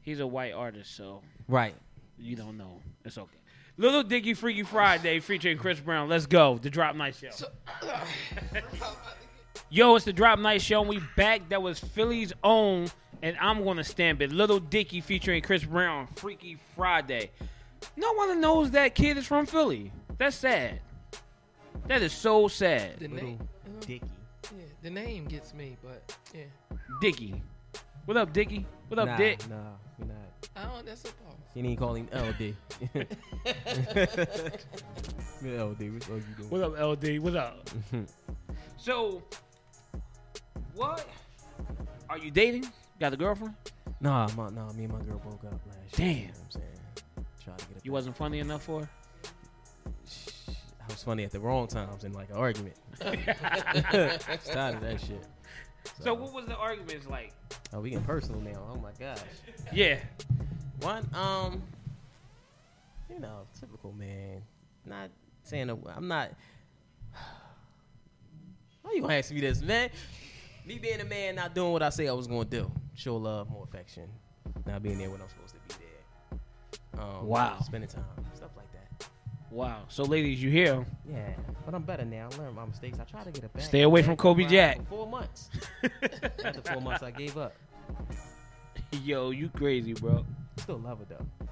Speaker 4: He's a white artist, so
Speaker 7: Right.
Speaker 4: you don't know. It's okay. Little Dicky Freaky Friday featuring Chris Brown. Let's go. The Drop Night Show.
Speaker 5: So,
Speaker 4: Yo, it's the Drop Night Show, and we back. That was Philly's own, and I'm gonna stamp it. Little Dicky featuring Chris Brown, Freaky Friday. No one knows that kid is from Philly. That's sad. That is so
Speaker 5: The
Speaker 4: sad.
Speaker 5: name,
Speaker 7: Little Dicky.
Speaker 5: yeah, the name gets me, but yeah,
Speaker 4: Dicky, what up, Dicky? What up,
Speaker 7: nah,
Speaker 4: Dick?
Speaker 7: Nah, we not.
Speaker 5: I don't. That's a pause.
Speaker 7: You need to call him LD. Yeah, LD, what are you doing?
Speaker 4: What up, LD? What up? so, what? Are you dating? Got a girlfriend?
Speaker 7: Nah, my, nah, me and my girl broke up last
Speaker 4: Damn.
Speaker 7: year. You know what I'm saying? Tried to get a
Speaker 4: You wasn't funny enough for her?
Speaker 7: I was funny at the wrong times in like an argument. Just tired of that shit.
Speaker 4: So, what was the arguments like?
Speaker 7: Oh, we getting personal now. Oh my gosh.
Speaker 4: Yeah.
Speaker 7: One, um, you know, typical man. Not saying a, I'm not. Why you gonna ask me this, man? Me being a man, not doing what I say I was gonna do. Show love, more affection, not being there when I'm supposed to be there. Um,
Speaker 4: Wow.
Speaker 7: Spending time, stuff like that.
Speaker 4: Wow. So, ladies, you hear? him.
Speaker 7: Yeah, but I'm better now. I learned my mistakes. I try to get it back.
Speaker 4: Stay away from Kobe
Speaker 7: Right,
Speaker 4: Jack.
Speaker 7: for Four months. After four months, I gave up.
Speaker 4: Yo, you crazy, bro.
Speaker 7: Still love it though.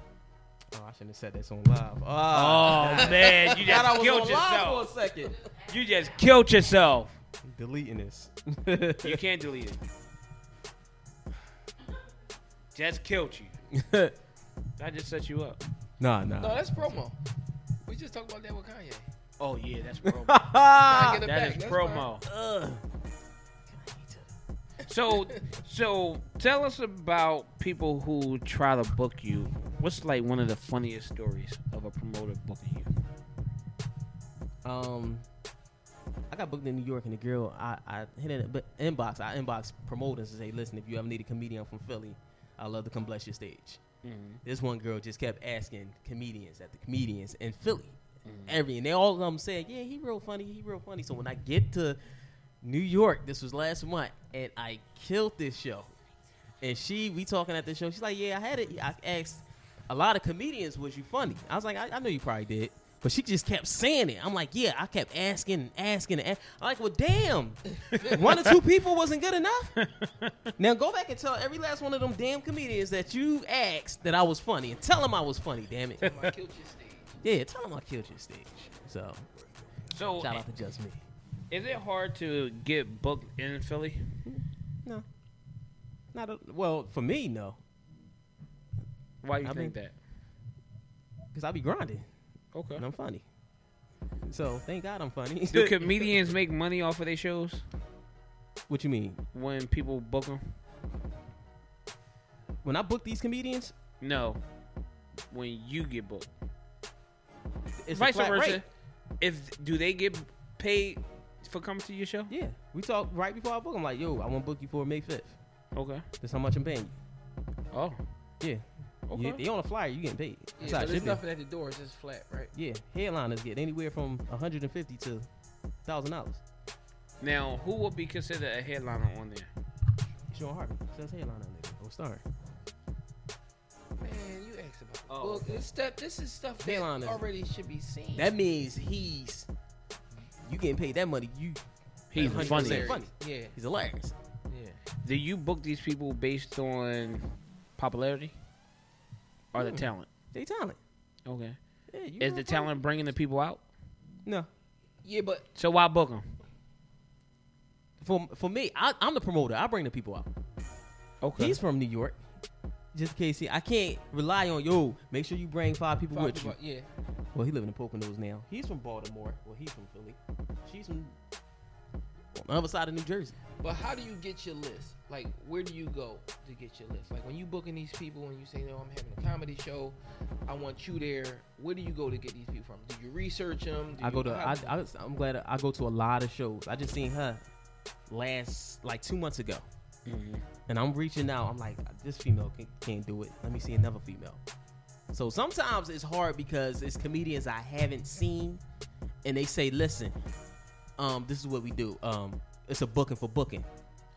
Speaker 7: Oh, I shouldn't have said this on live. Ah,
Speaker 4: Oh, man. You
Speaker 7: God, I
Speaker 4: just
Speaker 7: was
Speaker 4: killed
Speaker 7: on live
Speaker 4: yourself.
Speaker 7: for a second.
Speaker 4: You just killed yourself.
Speaker 7: Deleting this.
Speaker 4: Oh. You can't delete it. Just killed you. I just set you up.
Speaker 7: nah,
Speaker 5: No,
Speaker 7: nah.
Speaker 5: that's promo. We just talked about that with Kanye.
Speaker 4: Oh, yeah, that's promo.
Speaker 7: Ah,
Speaker 5: I get it back.
Speaker 4: that is
Speaker 5: That's
Speaker 4: promo. So, so tell us about people who try to book you. What's like one of the funniest stories of a promoter booking you?
Speaker 7: Um, I got booked in New York, and the girl I, I hit in but inbox. I inbox promoters and say, "Listen, if you ever need a comedian from Philly, I love to come bless your stage." This one girl just kept asking comedians at the comedians in Philly, every and they all of them said, "Yeah, he real funny, he real funny." So when I get to New York, this was last month, and I killed this show. And she, we talking at the show. She's like, "Yeah, I had it. I asked a lot of comedians, was you funny?" I was like, "I, I know you probably did," but she just kept saying it. I'm like, "Yeah, I kept asking and asking and ask. I'm like, "Well, damn, one or two people wasn't good enough." now go back and tell every last one of them damn comedians that you asked that I was funny, and tell them I was funny. Damn it,
Speaker 5: promo. I killed your stage.
Speaker 7: yeah, tell them I killed your stage. So
Speaker 4: So,
Speaker 7: shout out to just me.
Speaker 4: is it hard to get booked in Philly?
Speaker 7: No, not a, well for me, no,
Speaker 4: Why you
Speaker 7: I
Speaker 4: think
Speaker 7: mean-
Speaker 4: that?
Speaker 7: because I be grinding
Speaker 4: Okay.
Speaker 7: and I'm funny. So thank God I'm funny.
Speaker 4: Do comedians make money off of their shows
Speaker 7: What you mean?
Speaker 4: when people book them?
Speaker 7: When I book these comedians,
Speaker 4: No, when you get booked.
Speaker 7: it's
Speaker 4: Vice
Speaker 7: a flat
Speaker 4: versa.
Speaker 7: rate.
Speaker 4: If do they get paid for coming to your show?
Speaker 7: Yeah, we talked right before I book. I'm like, yo, I want to book you for May 5th.
Speaker 4: Okay.
Speaker 7: That's how much I'm paying
Speaker 4: Oh.
Speaker 7: you. Yeah,
Speaker 4: Okay.
Speaker 7: You- they on a flyer, you getting paid. That's
Speaker 5: Yeah,
Speaker 7: how
Speaker 5: so
Speaker 7: it
Speaker 5: there's
Speaker 7: should be.
Speaker 5: nothing at the door. It's just flat, right?
Speaker 7: Yeah, headliners get anywhere from 150 to thousand dollars.
Speaker 4: Now, who would be considered a headliner on there?
Speaker 7: Sean Harvey says headliner nigga or star.
Speaker 5: Man, you asked about.
Speaker 4: Oh,
Speaker 5: well,
Speaker 4: okay.
Speaker 5: this stuff. This is stuff that
Speaker 7: Headline is-
Speaker 5: already should be seen.
Speaker 7: That means he's you getting paid that money. You
Speaker 4: He's
Speaker 7: 100%
Speaker 4: funny.
Speaker 7: funny.
Speaker 5: Yeah,
Speaker 7: He's hilarious.
Speaker 5: yeah.
Speaker 4: Do you book these people based on popularity or the
Speaker 7: Hmm.
Speaker 4: talent?
Speaker 7: They talent.
Speaker 4: Okay.
Speaker 7: Yeah, you
Speaker 4: Is
Speaker 7: real
Speaker 4: the
Speaker 7: funny.
Speaker 4: talent bringing the people out?
Speaker 7: No.
Speaker 5: Yeah, but
Speaker 4: So why book them?
Speaker 7: For for me, I, I'm the promoter. I bring the people out.
Speaker 4: Okay.
Speaker 7: He's from New York. Just in case he, I can't rely on yo. Make sure you bring five people
Speaker 5: Five
Speaker 7: with
Speaker 5: people-
Speaker 7: you.
Speaker 5: yeah.
Speaker 7: Well, he living in Poconos now. He's from Baltimore. Well, he's from Philly. She's from on the other side of New Jersey.
Speaker 5: But how do you get your list? Like, where do you go to get your list? Like, when you booking these people and you say, "No, I'm having a comedy show, I want you there." Where do you go to get these people from? Do you research them? Do
Speaker 7: I
Speaker 5: you,
Speaker 7: go to. I,
Speaker 5: how-
Speaker 7: I, I'm glad I go to a lot of shows. I just seen her last like two months ago,
Speaker 5: Mm-hmm.
Speaker 7: and I'm reaching out. I'm like, this female can, can't do it. Let me see another female. So sometimes it's hard because it's comedians I haven't seen, and they say, listen, um, this is what we do. Um, it's a booking for booking.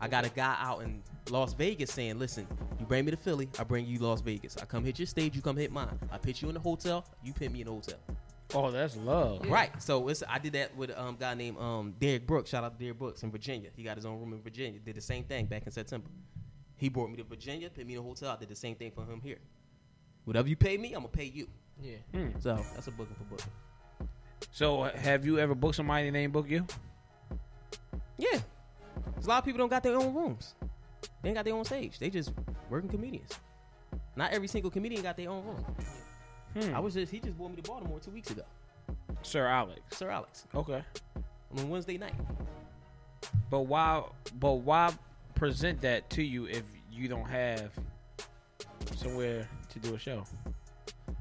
Speaker 7: I got a guy out in Las Vegas saying, listen, you bring me to Philly, I bring you Las Vegas. I come hit your stage, you come hit mine. I pitch you in the hotel, you pit me in the hotel.
Speaker 4: Oh, that's love.
Speaker 7: Right. So it's I did that with um, a guy named um, Derek Brooks. Shout out to Derek Brooks in Virginia. He got his own room in Virginia. Did the same thing back in September. He brought me to Virginia, paid me in a hotel. I did the same thing for him here. Whatever you pay me, I'm gonna pay you.
Speaker 5: Yeah.
Speaker 7: So that's a booking for booking.
Speaker 4: So, have you ever booked somebody and they ain't book you?
Speaker 7: Yeah. 'Cause a lot of people don't got their own rooms. They ain't got their own stage. They just working comedians. Not every single comedian got their own room. I was just he just brought me to Baltimore two weeks ago.
Speaker 4: Sir Alex.
Speaker 7: Sir Alex.
Speaker 4: Okay.
Speaker 7: On Wednesday night.
Speaker 4: But why? But why present that to you if you don't have somewhere to do a show?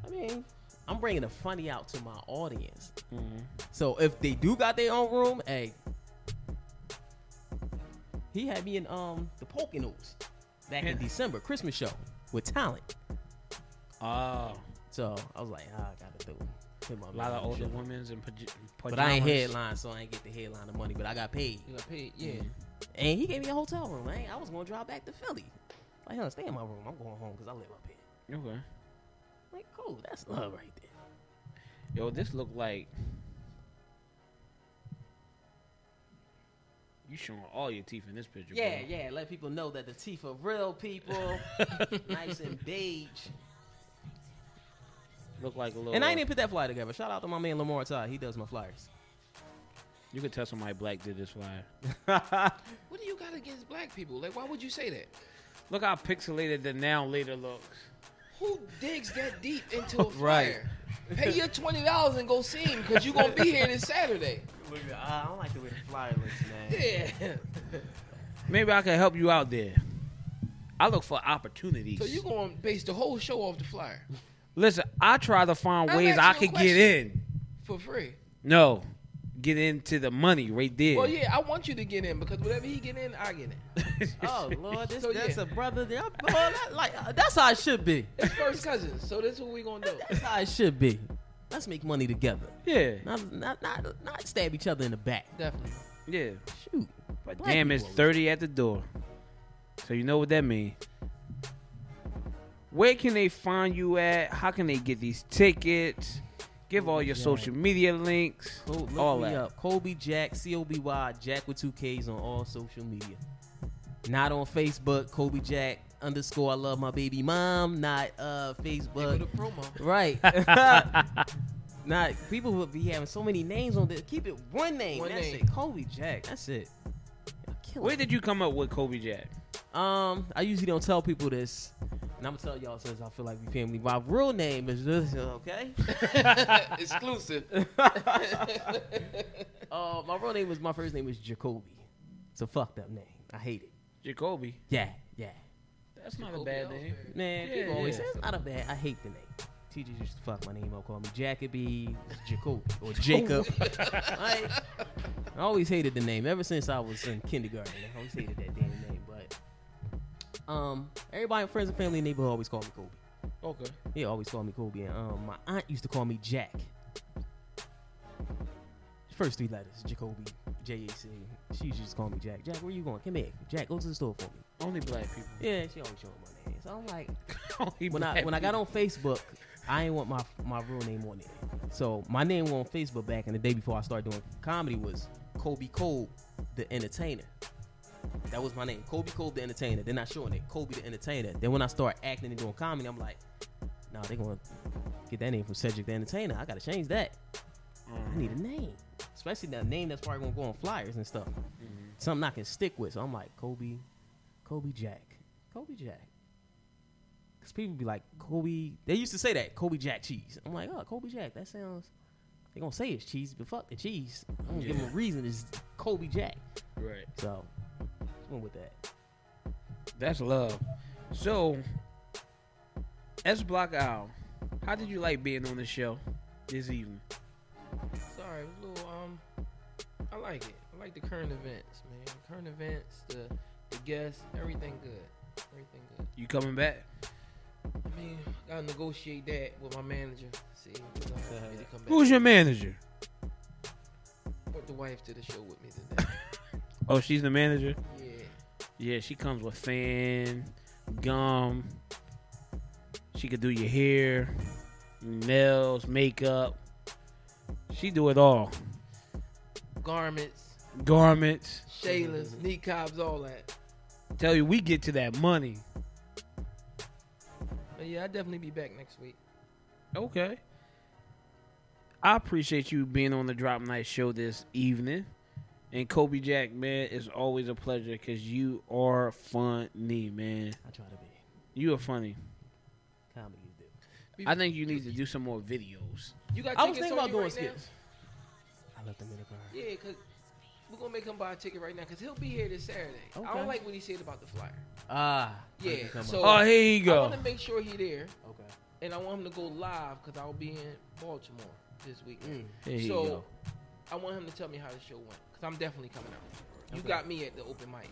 Speaker 7: I mean, I'm bringing the funny out to my audience.
Speaker 4: Mm-hmm.
Speaker 7: So if they do got their own room, hey, he had me in um the Poconos back in December Christmas show with talent.
Speaker 4: Oh,
Speaker 7: So I was like, ah, I gotta do it. Hit my
Speaker 4: a lot of older
Speaker 7: show.
Speaker 4: women's and paj- pajamas.
Speaker 7: But I ain't headline, so I ain't get the headline of money. But I got paid,
Speaker 5: You got paid. Yeah.
Speaker 7: and he gave me a hotel room. Man, I was gonna drive back to Philly. Like, huh, stay in my room. I'm going home because I live up here.
Speaker 4: Okay.
Speaker 7: Like, cool, that's love right there.
Speaker 4: Yo, this look like you showing all your teeth in this picture.
Speaker 7: Yeah,
Speaker 4: bro.
Speaker 7: yeah. Let people know that the teeth are real people, nice and beige.
Speaker 4: Look like a little.
Speaker 7: And I ain't even put that flyer together. Shout out to my man Lamar Todd. He does my flyers.
Speaker 4: you could tell somebody black did this flyer.
Speaker 5: What do you got against black people? Like, why would you say that?
Speaker 4: Look how pixelated the now later looks.
Speaker 5: Who digs that deep into a
Speaker 7: Right.
Speaker 5: fire? Pay your twenty dollars and go see him because you gonna be here this Saturday.
Speaker 7: Look, I don't like the way the flyer looks, man.
Speaker 5: Yeah.
Speaker 4: Maybe I can help you out there. I look for opportunities.
Speaker 5: So you gonna base the whole show off the flyer
Speaker 4: Listen, I try to find
Speaker 5: I'm
Speaker 4: ways I
Speaker 5: asking
Speaker 4: could
Speaker 5: a
Speaker 4: get in.
Speaker 5: for free?
Speaker 4: No, get into the money right there.
Speaker 5: Well, yeah, I want you to get in because whatever he get in, I get in.
Speaker 7: Oh Lord, this,
Speaker 5: So,
Speaker 7: that's
Speaker 5: yeah.
Speaker 7: a brother. There, oh, that, like uh, that's how it should be.
Speaker 5: It's first cousins, so that's what we gonna do.
Speaker 7: That's how it should be. Let's make money together.
Speaker 4: yeah,
Speaker 7: Not, not, not, not stab each other in the back.
Speaker 5: Definitely.
Speaker 4: yeah.
Speaker 7: Shoot.
Speaker 4: But
Speaker 7: Black
Speaker 4: damn, it's
Speaker 7: people always-
Speaker 4: thirty at the door. So you know what that means. Where can they find you at? How can they get these tickets? Give all your social media links.
Speaker 7: Go look
Speaker 4: all
Speaker 7: me
Speaker 4: that.
Speaker 7: up. Kobe Jack, C O B Y, Jack with two K's on all social media. Not on Facebook, Kobe Jack underscore I love my baby mom. Not uh
Speaker 5: For the
Speaker 7: Facebook.
Speaker 5: promo.
Speaker 7: Right. Not people will be having so many names on this. Keep it one name.
Speaker 5: One
Speaker 7: That's
Speaker 5: name.
Speaker 7: it. Kobe Jack. That's it. Kill
Speaker 4: Where
Speaker 7: it.
Speaker 4: did you come up with Kobe Jack?
Speaker 7: Um, I usually don't tell people this, and I'm gonna tell y'all since I feel like we family. My real name is this, okay?
Speaker 5: Exclusive.
Speaker 7: Uh, my real name was my first name was Jacoby. It's a fucked up name. I hate it.
Speaker 4: Jacoby.
Speaker 7: Yeah, yeah.
Speaker 4: That's not a bad name.
Speaker 7: Man,
Speaker 4: Yeah,
Speaker 7: people always say
Speaker 4: yeah.
Speaker 7: it's not a bad. I hate the name. TJ just fuck my name up, call me Jacoby, Jacoby, or Jacob. Like, I always hated the name ever since I was in kindergarten. I always hated that damn name. But um, everybody, friends and family, and neighborhood always call me Kobe.
Speaker 4: Okay.
Speaker 7: They always call me Kobe, and um, my aunt used to call me Jack. First three letters, Jacoby, J A C. She used to just call me Jack. Jack, where you going? Come here, Jack. Go to the store for me.
Speaker 4: Only black people.
Speaker 7: Yeah, she always showing my name. So I'm like,
Speaker 4: Only
Speaker 7: when I
Speaker 4: black
Speaker 7: when I got
Speaker 4: people.
Speaker 7: on Facebook, I ain't want my my real name on it. So my name on Facebook back in the day before I started doing comedy was Kobe Cole, the entertainer. That was my name, Kobe Cole, the entertainer. They're not showing it, Kobe the entertainer. Then when I start acting and doing comedy, I'm like, nah, they gonna get that name from Cedric the entertainer. I gotta change that. I need a name, especially that name that's probably gonna go on flyers and stuff. Something I can stick with. So I'm like Kobe, Kobe Jack, Kobe Jack. Cause people be like Kobe. They used to say that Kobe Jack cheese. I'm like, oh, Kobe Jack. That sounds. They gonna say it's cheese, but fuck the cheese. I'm gonna give them a reason. It's Kobe Jack.
Speaker 4: Right.
Speaker 7: So, went with that.
Speaker 4: That's love. So, S Block Owl, how did you like being on the show this evening?
Speaker 5: Sorry, it was a little um. I like it. I like the current events, man. Current events, the the guests, everything good. Everything good.
Speaker 4: You coming back?
Speaker 5: I mean, I gotta negotiate that with my manager. See, 'cause I have to come back.
Speaker 4: Who's your manager?
Speaker 5: Brought the wife to the show with me today.
Speaker 4: Oh, she's the manager.
Speaker 5: yeah.
Speaker 4: Yeah, she comes with fan, gum. She could do your hair, nails, makeup. She do it all.
Speaker 5: garments,
Speaker 4: Garments.
Speaker 5: shaylas, kneecaps, all that.
Speaker 4: Tell you, we get to that money.
Speaker 5: But yeah, I'll definitely be back next week.
Speaker 4: Okay. I appreciate you being on the Drop Night Show this evening. And Kobe Jack, man, it's always a pleasure because you are funny, man.
Speaker 7: I try to be.
Speaker 4: You are funny.
Speaker 7: Comedy do.
Speaker 4: I think you need to do some more videos.
Speaker 5: You got
Speaker 7: I was
Speaker 5: tickets
Speaker 7: thinking
Speaker 5: on
Speaker 7: about
Speaker 5: you
Speaker 7: doing
Speaker 5: right now?
Speaker 7: skits. I left them in the car.
Speaker 5: Yeah, because we're going to make him buy a ticket right now because he'll be here this Saturday. I
Speaker 7: Okay.
Speaker 5: don't like what he said about the flyer.
Speaker 7: Ah.
Speaker 5: Yeah,
Speaker 7: I can come
Speaker 5: so-
Speaker 7: up.
Speaker 4: Oh, here you
Speaker 5: I
Speaker 4: go.
Speaker 5: want to make sure he's there,
Speaker 7: Okay.
Speaker 5: and I want him to go live because I'll be in Baltimore this weekend.
Speaker 7: Mm.
Speaker 4: There you
Speaker 5: so
Speaker 4: go.
Speaker 5: I want him to tell me how the show went because I'm definitely coming out. You
Speaker 7: Okay.
Speaker 5: got me at the open mic,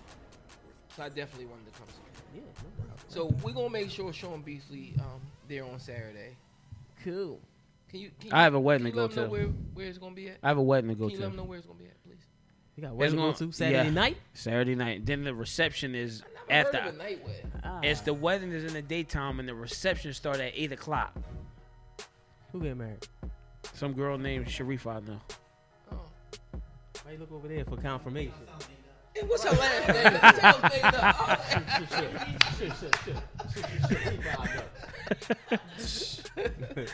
Speaker 5: so I definitely wanted to come. see
Speaker 7: Yeah. no doubt.
Speaker 5: you. So we're gonna make sure Sean Beasley um there on Saturday.
Speaker 7: cool.
Speaker 5: Can you? Can
Speaker 4: I have a
Speaker 5: you-
Speaker 4: wedding to
Speaker 5: can you
Speaker 4: go
Speaker 5: let him know
Speaker 4: to.
Speaker 5: Where, where it's gonna be at?
Speaker 4: I have a wedding to go
Speaker 5: Can you let
Speaker 4: to
Speaker 5: him know where it's gonna be at, please?
Speaker 7: You got where to go
Speaker 4: gonna-
Speaker 7: to Saturday
Speaker 4: yeah.
Speaker 7: night?
Speaker 4: Saturday night. Then the reception is
Speaker 5: I've never heard
Speaker 4: after.
Speaker 5: of a night wedding.
Speaker 7: Ah,
Speaker 4: It's the wedding is in the daytime and the reception start at eight o'clock.
Speaker 7: who getting married?
Speaker 4: Some girl named Sharifa I know.
Speaker 5: Oh.
Speaker 7: Why you look over there for confirmation?
Speaker 5: Hey, what's her last name? Tell us, nigga. Oh,
Speaker 7: shit, shit, shit, shit, shit, shit, shit, shit, keep her eyes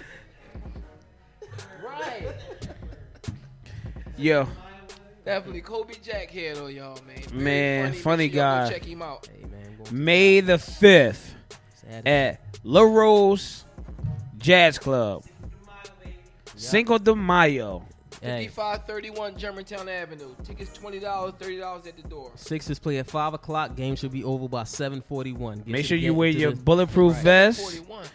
Speaker 7: up.
Speaker 5: Right.
Speaker 4: Yo,
Speaker 5: Definitely Kobe Jack here though, y'all, man. Very
Speaker 4: Man,
Speaker 5: Make
Speaker 4: funny
Speaker 5: sure y'all go
Speaker 4: guy.
Speaker 5: Check him out.
Speaker 7: hey man, going
Speaker 4: May the fifth
Speaker 7: Saturday.
Speaker 4: at La Rose Jazz Club. Cinco de Mayo.
Speaker 7: Hey,
Speaker 5: 5531 Germantown Avenue. Tickets $20, $30 at the door.
Speaker 7: Sixers play at five o'clock. Game should be over by seven forty-one. Get
Speaker 4: Make
Speaker 7: to
Speaker 4: sure
Speaker 7: the
Speaker 4: you
Speaker 7: game-
Speaker 4: wear
Speaker 7: to
Speaker 4: your
Speaker 7: the-
Speaker 4: bulletproof vest.
Speaker 5: 41.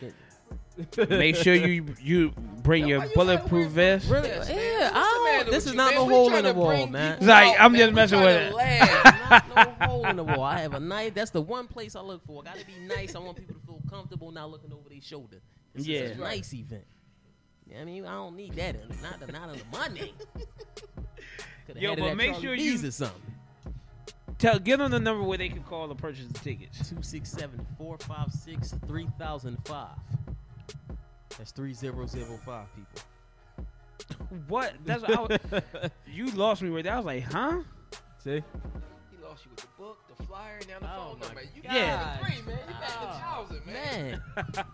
Speaker 4: Make sure you you bring
Speaker 5: Now,
Speaker 4: your
Speaker 5: why you gotta wear
Speaker 4: bulletproof vest.
Speaker 7: Really?
Speaker 5: Yes, man.
Speaker 7: yeah.
Speaker 5: What's the
Speaker 7: I
Speaker 5: matter
Speaker 7: don't, this
Speaker 5: with
Speaker 7: is
Speaker 5: you,
Speaker 7: not
Speaker 5: man?
Speaker 7: no
Speaker 5: We
Speaker 7: hole in
Speaker 5: tryna
Speaker 7: the wall,
Speaker 5: bring
Speaker 7: man.
Speaker 5: people
Speaker 4: It's like,
Speaker 5: out,
Speaker 4: I'm
Speaker 5: man.
Speaker 4: just
Speaker 5: We
Speaker 4: messing with
Speaker 5: tryna
Speaker 4: it.
Speaker 5: laugh, not no
Speaker 7: hole
Speaker 5: hole.
Speaker 7: in the wall. I have a nice. That's the one place I look for. I gotta be nice. I want people to feel comfortable not looking over their shoulder. This
Speaker 4: Yeah.
Speaker 7: is a nice event. You know what I mean, I don't need that. In, not not under my name. Coulda
Speaker 4: Yo,
Speaker 7: had it
Speaker 4: but
Speaker 7: at
Speaker 4: make
Speaker 7: Charlie
Speaker 4: sure
Speaker 7: B's
Speaker 4: you-
Speaker 7: or something.
Speaker 4: Tell give them the number where they can call to purchase the tickets.
Speaker 7: Two six seven four five six three thousand five. That's three zero zero five people.
Speaker 4: What? That's what I was, you lost me right there. I was like, huh?
Speaker 7: See?
Speaker 5: He lost you with the book, the flyer, now the
Speaker 7: Oh,
Speaker 5: phone
Speaker 7: my
Speaker 5: number. You
Speaker 7: God.
Speaker 5: got
Speaker 4: Yeah.
Speaker 5: the three, man. You got the
Speaker 7: Oh,
Speaker 5: thousand, man.
Speaker 7: Man,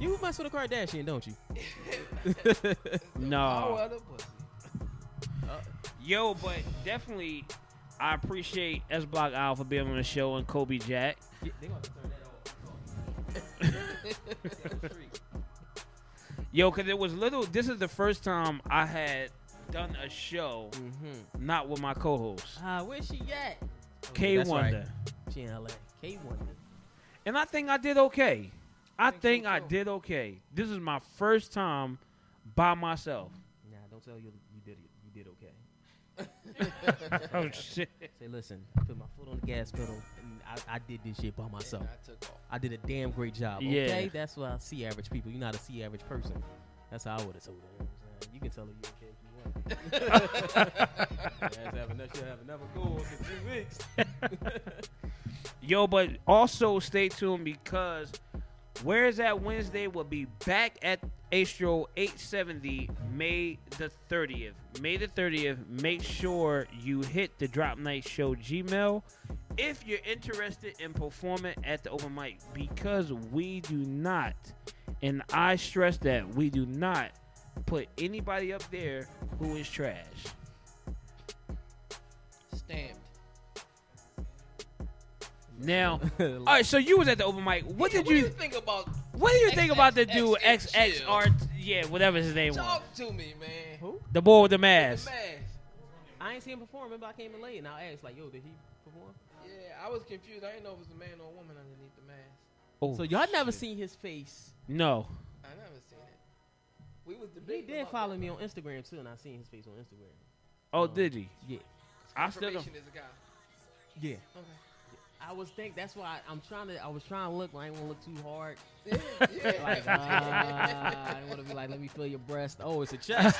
Speaker 7: you mess with a Kardashian, don't you?
Speaker 5: Power
Speaker 4: No.
Speaker 5: of the pussy.
Speaker 4: Yo, but definitely, I appreciate S Block Alpha being on the show and Kobe Jack. Yo, because it was little. This is the first time I had done a show
Speaker 7: mm-hmm.
Speaker 4: not with my co-host
Speaker 7: Ah, where she at?
Speaker 4: K
Speaker 7: that's
Speaker 4: Wonder,
Speaker 7: She in LA. K Wonder.
Speaker 4: and I think I did okay. I
Speaker 5: think so,
Speaker 4: think I
Speaker 5: too.
Speaker 4: did okay. This is my first time by myself.
Speaker 7: Nah, don't tell you you did you did okay.
Speaker 4: Oh shit!
Speaker 7: Say, listen, I put my foot on the gas pedal, and I, I did this shit by myself.
Speaker 5: And I took off.
Speaker 7: I did a damn great job.
Speaker 4: Yeah.
Speaker 7: Okay, that's what I see average people. You're not a C average person. That's how I would have told her. You know what I'm saying? You can tell her you okay if you want. yeah, have another, she'll have another goal in two weeks.
Speaker 4: Yo, but also stay tuned because Where's That Wednesday will be back at Astro 870 May the 30th. May the 30th, make sure you hit the Drop Night Show Gmail if you're interested in performing at the open mic because we do not, and I stress that, we do not put anybody up there who is trash.
Speaker 5: Stamped.
Speaker 4: Now, all right, so you was at the open mic. What
Speaker 5: Yeah,
Speaker 4: did you
Speaker 5: think about?
Speaker 4: What do you think about the dude
Speaker 5: XXX
Speaker 4: XXR? Yeah, whatever his name was.
Speaker 5: Talk to me, man.
Speaker 7: Who?
Speaker 4: The boy with the
Speaker 5: The
Speaker 4: mask.
Speaker 5: mask.
Speaker 7: I ain't seen him perform. Remember, I came in late, and I asked, like, yo, did he perform?
Speaker 5: Yeah, I was confused. I didn't know if it was a man or a woman underneath the mask.
Speaker 4: Oh,
Speaker 7: So y'all never seen his face.
Speaker 4: No.
Speaker 5: I never seen it. We was
Speaker 7: He
Speaker 5: debating.
Speaker 7: did
Speaker 5: about
Speaker 7: follow
Speaker 5: that.
Speaker 7: me on Instagram too, and I seen his face on Instagram.
Speaker 4: Oh, did he?
Speaker 7: Yeah,
Speaker 4: I still don't.
Speaker 5: Confirmation is a guy.
Speaker 7: yeah.
Speaker 5: Okay.
Speaker 7: I was think that's why I, am trying to. I was trying to look. but I didn't want to look too hard.
Speaker 5: Yeah, yeah.
Speaker 7: Like, uh, I didn't want to be like, let me feel your breast. Oh, it's a chest.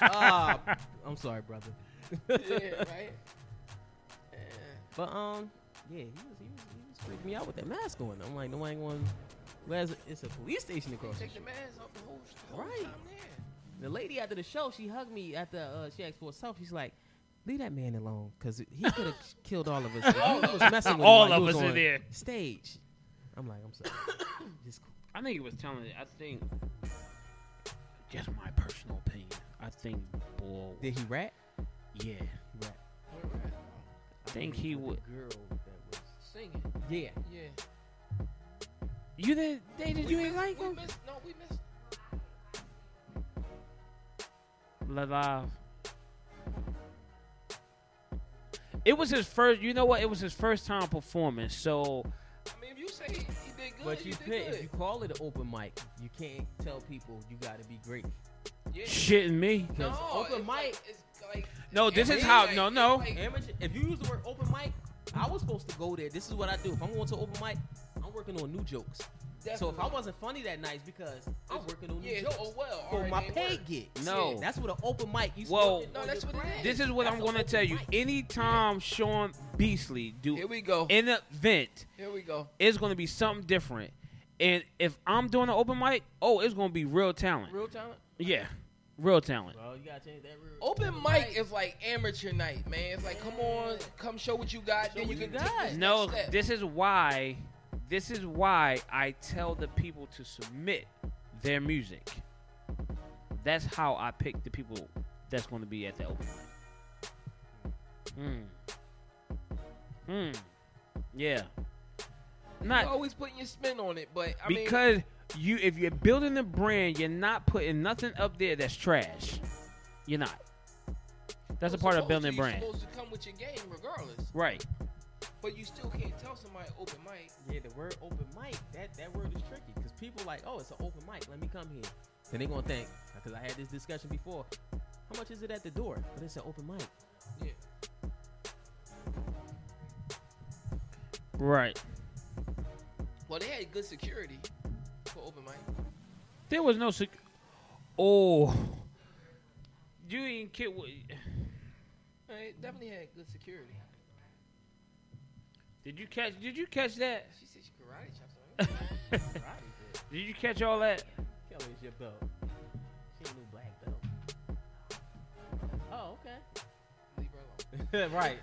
Speaker 7: Ah, I'm sorry, brother.
Speaker 5: yeah, right. Yeah.
Speaker 7: But um, yeah, he was he was, he was freaking me out with that mask on. I'm like, no, I ain't going. Where's it's a police station across the
Speaker 5: Take the
Speaker 7: street.
Speaker 5: mask off the whole, the whole
Speaker 7: Right.
Speaker 5: time there.
Speaker 7: The lady after the show, she hugged me after uh, she asked for herself. She's like, "Leave that man alone, cause he could have killed all of us. If you was messing with him
Speaker 4: All
Speaker 7: while you
Speaker 4: of
Speaker 7: was
Speaker 4: us in
Speaker 7: on
Speaker 4: there.
Speaker 7: Stage." I'm like, "I'm sorry." Just cool.
Speaker 4: I think it was telling. I think, just my personal opinion. I think, boy,
Speaker 7: Did he rap?
Speaker 4: yeah,
Speaker 7: Rap.
Speaker 4: I think he would.
Speaker 7: Girl, that
Speaker 5: Singing.
Speaker 7: was. Yeah.
Speaker 5: Yeah.
Speaker 4: You did, they did you
Speaker 5: We
Speaker 4: ain't
Speaker 5: missed-
Speaker 4: like
Speaker 5: we
Speaker 4: him?
Speaker 5: missed- no, we missed.
Speaker 4: Live. It was his first. You know what? It was his first time performing. So
Speaker 5: I mean, if you say he, he did good,
Speaker 7: But
Speaker 5: he
Speaker 7: you
Speaker 5: did
Speaker 7: could, if
Speaker 5: good.
Speaker 7: you call it an open mic, you can't tell people you got to be great.
Speaker 5: yeah.
Speaker 4: shitting me.
Speaker 5: No,
Speaker 7: open
Speaker 5: it's
Speaker 7: mic.
Speaker 5: Like, it's like,
Speaker 4: No, this
Speaker 5: it's
Speaker 4: is how-
Speaker 5: like-
Speaker 4: no,
Speaker 5: it's
Speaker 4: no.
Speaker 5: like-
Speaker 7: Amateur. If you use the word open mic, I was supposed to go there. This is what I do. If I'm going to open mic, I'm working on new jokes. So if I
Speaker 5: Definitely.
Speaker 7: wasn't funny that night, it's because I'm working on new
Speaker 5: yeah,
Speaker 7: jokes.
Speaker 5: oh well.
Speaker 7: for
Speaker 5: alright,
Speaker 7: my
Speaker 5: it
Speaker 7: pay
Speaker 5: worked.
Speaker 7: get.
Speaker 4: No.
Speaker 7: that's what an open mic. You
Speaker 4: Whoa.
Speaker 7: working
Speaker 5: No,
Speaker 7: on
Speaker 5: that's
Speaker 7: your
Speaker 5: what it
Speaker 7: craft.
Speaker 5: is.
Speaker 4: This is what
Speaker 7: That's
Speaker 4: I'm
Speaker 7: an
Speaker 4: going to
Speaker 7: open
Speaker 4: tell you.
Speaker 7: mic.
Speaker 4: Anytime Sean Beasley do
Speaker 5: Here we go.
Speaker 4: an event,
Speaker 5: Here we go.
Speaker 4: it's going to be something different. And if I'm doing an open mic, oh, it's going to be real talent.
Speaker 5: Real talent.
Speaker 4: yeah, real talent.
Speaker 7: Bro, you gotta change that rule.
Speaker 5: Open mic is like amateur night, man. It's like, come on, come show what you got, then you
Speaker 7: what
Speaker 5: can
Speaker 7: you
Speaker 5: take
Speaker 7: got.
Speaker 5: this
Speaker 4: No,
Speaker 5: next step.
Speaker 4: this is why. This is why I tell the people to submit their music. That's how I pick the people that's going to be at the open mic. Hmm. Hmm. Yeah. Not
Speaker 5: You're always putting your spin on it, but I mean,
Speaker 4: because you if you're building a brand, you're not putting nothing up there that's trash. You're not. That's a
Speaker 5: you're
Speaker 4: part
Speaker 5: supposed
Speaker 4: of building a
Speaker 5: to-
Speaker 4: brand.
Speaker 5: You're supposed to come with your game regardless,
Speaker 4: Right.
Speaker 5: but you still can't tell somebody open mic.
Speaker 7: Yeah, the word open mic, that, that word is tricky because people like, oh, it's an open mic. Let me come here. Then they gonna think because I had this discussion before. How much is it at the door? But it's an open mic.
Speaker 5: Yeah.
Speaker 4: Right.
Speaker 5: Well, they had good security for open mic.
Speaker 4: There was no sec- Oh. You ain't kid what
Speaker 5: They definitely had good security.
Speaker 4: Did you catch did you catch that?
Speaker 5: She said she karate chops. I ain't
Speaker 4: did
Speaker 7: Right.
Speaker 4: you catch all that?
Speaker 7: Kelly is your belt. She a new black belt. Oh,
Speaker 5: Leave her alone.
Speaker 7: okay. right.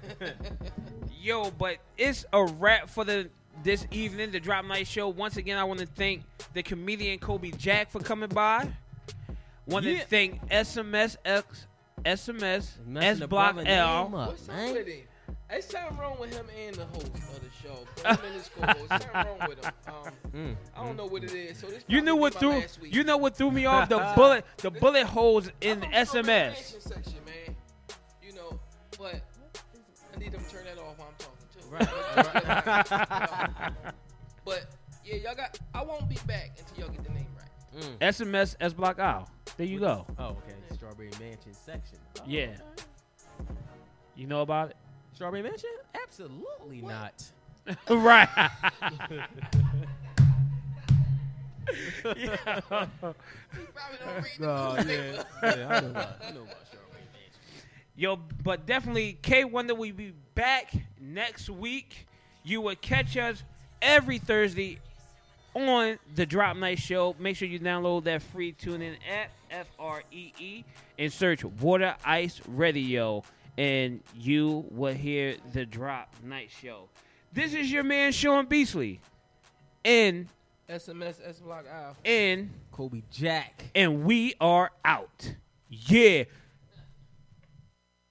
Speaker 4: Yo, but it's a wrap for the this evening, the Drop Night Show. Once again, I want to thank the comedian Kobe Jack for coming by. Want to
Speaker 7: Yeah.
Speaker 4: thank SMS X SMS S
Speaker 7: Messing the
Speaker 4: Block
Speaker 7: brother name
Speaker 4: L.
Speaker 7: up,
Speaker 5: What's up
Speaker 7: man.
Speaker 5: with him? There's something wrong with him and the host of the show. Him and his co-host. Something wrong with him. Um,
Speaker 7: Mm.
Speaker 5: I don't know what it is. So this
Speaker 4: You knew
Speaker 5: probably
Speaker 4: what
Speaker 5: my
Speaker 4: threw
Speaker 5: last week.
Speaker 4: you know what threw me off the bullet the bullet holes in
Speaker 5: I'm
Speaker 4: the
Speaker 5: from the
Speaker 4: SMS.
Speaker 5: romantic section, man. You know, but I need them to turn that off while I'm talking too. but yeah, y'all got. I won't be back until y'all get the name right.
Speaker 7: Mm.
Speaker 4: SMS S Block L. There you go.
Speaker 7: Oh, okay. Strawberry Mansion section. Oh,
Speaker 4: Yeah.
Speaker 7: okay.
Speaker 4: You know about it?
Speaker 7: Strawberry Mansion? Absolutely not.
Speaker 4: right. yeah.
Speaker 5: You probably don't read the
Speaker 7: Oh, yeah.
Speaker 5: newspaper.
Speaker 7: yeah, I know about, I know about Strawberry Mansion.
Speaker 4: Yo, but definitely K Wonder will be back next week. You will catch us every Thursday on the Drop Night Show. Make sure you download that free TuneIn app, F R E E, and search Water Ice Radio, and you will hear the Drop Night Show. This is your man Sean Beasley, and
Speaker 5: SMS S Block I.
Speaker 4: and
Speaker 7: Kobe Jack.
Speaker 4: and we are out. Yeah.